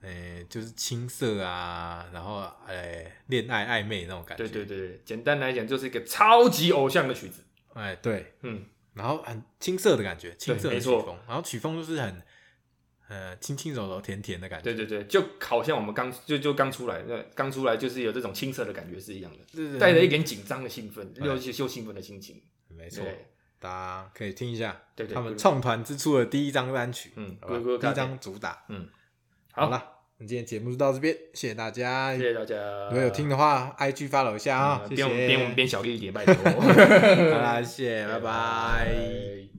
哎，就是青涩啊，然后哎，恋爱暧昧那种感觉。对对对对，简单来讲就是一个超级偶像的曲子，哎，对，嗯，然后很青涩的感觉，青涩的没曲错风，然后曲风就是很呃轻轻柔柔、甜甜的感觉，对对对，就好像我们刚就就刚出来，那刚出来就是有这种青涩的感觉是一样的，对对带着对，一点紧张的兴奋，又又兴奋的心情，没没错，大家可以听一下对对他们咕噜创团之初的第一张单曲，嗯好吧咕噜咕噜第一大张主打，嗯，好好了，那今天节目就到这边，谢谢大家，谢如谢嗯大家。果有听的话，IG follow 一下啊，谢边我们边我们谢， 边小力一点，拜托。好啦，谢谢，拜拜。拜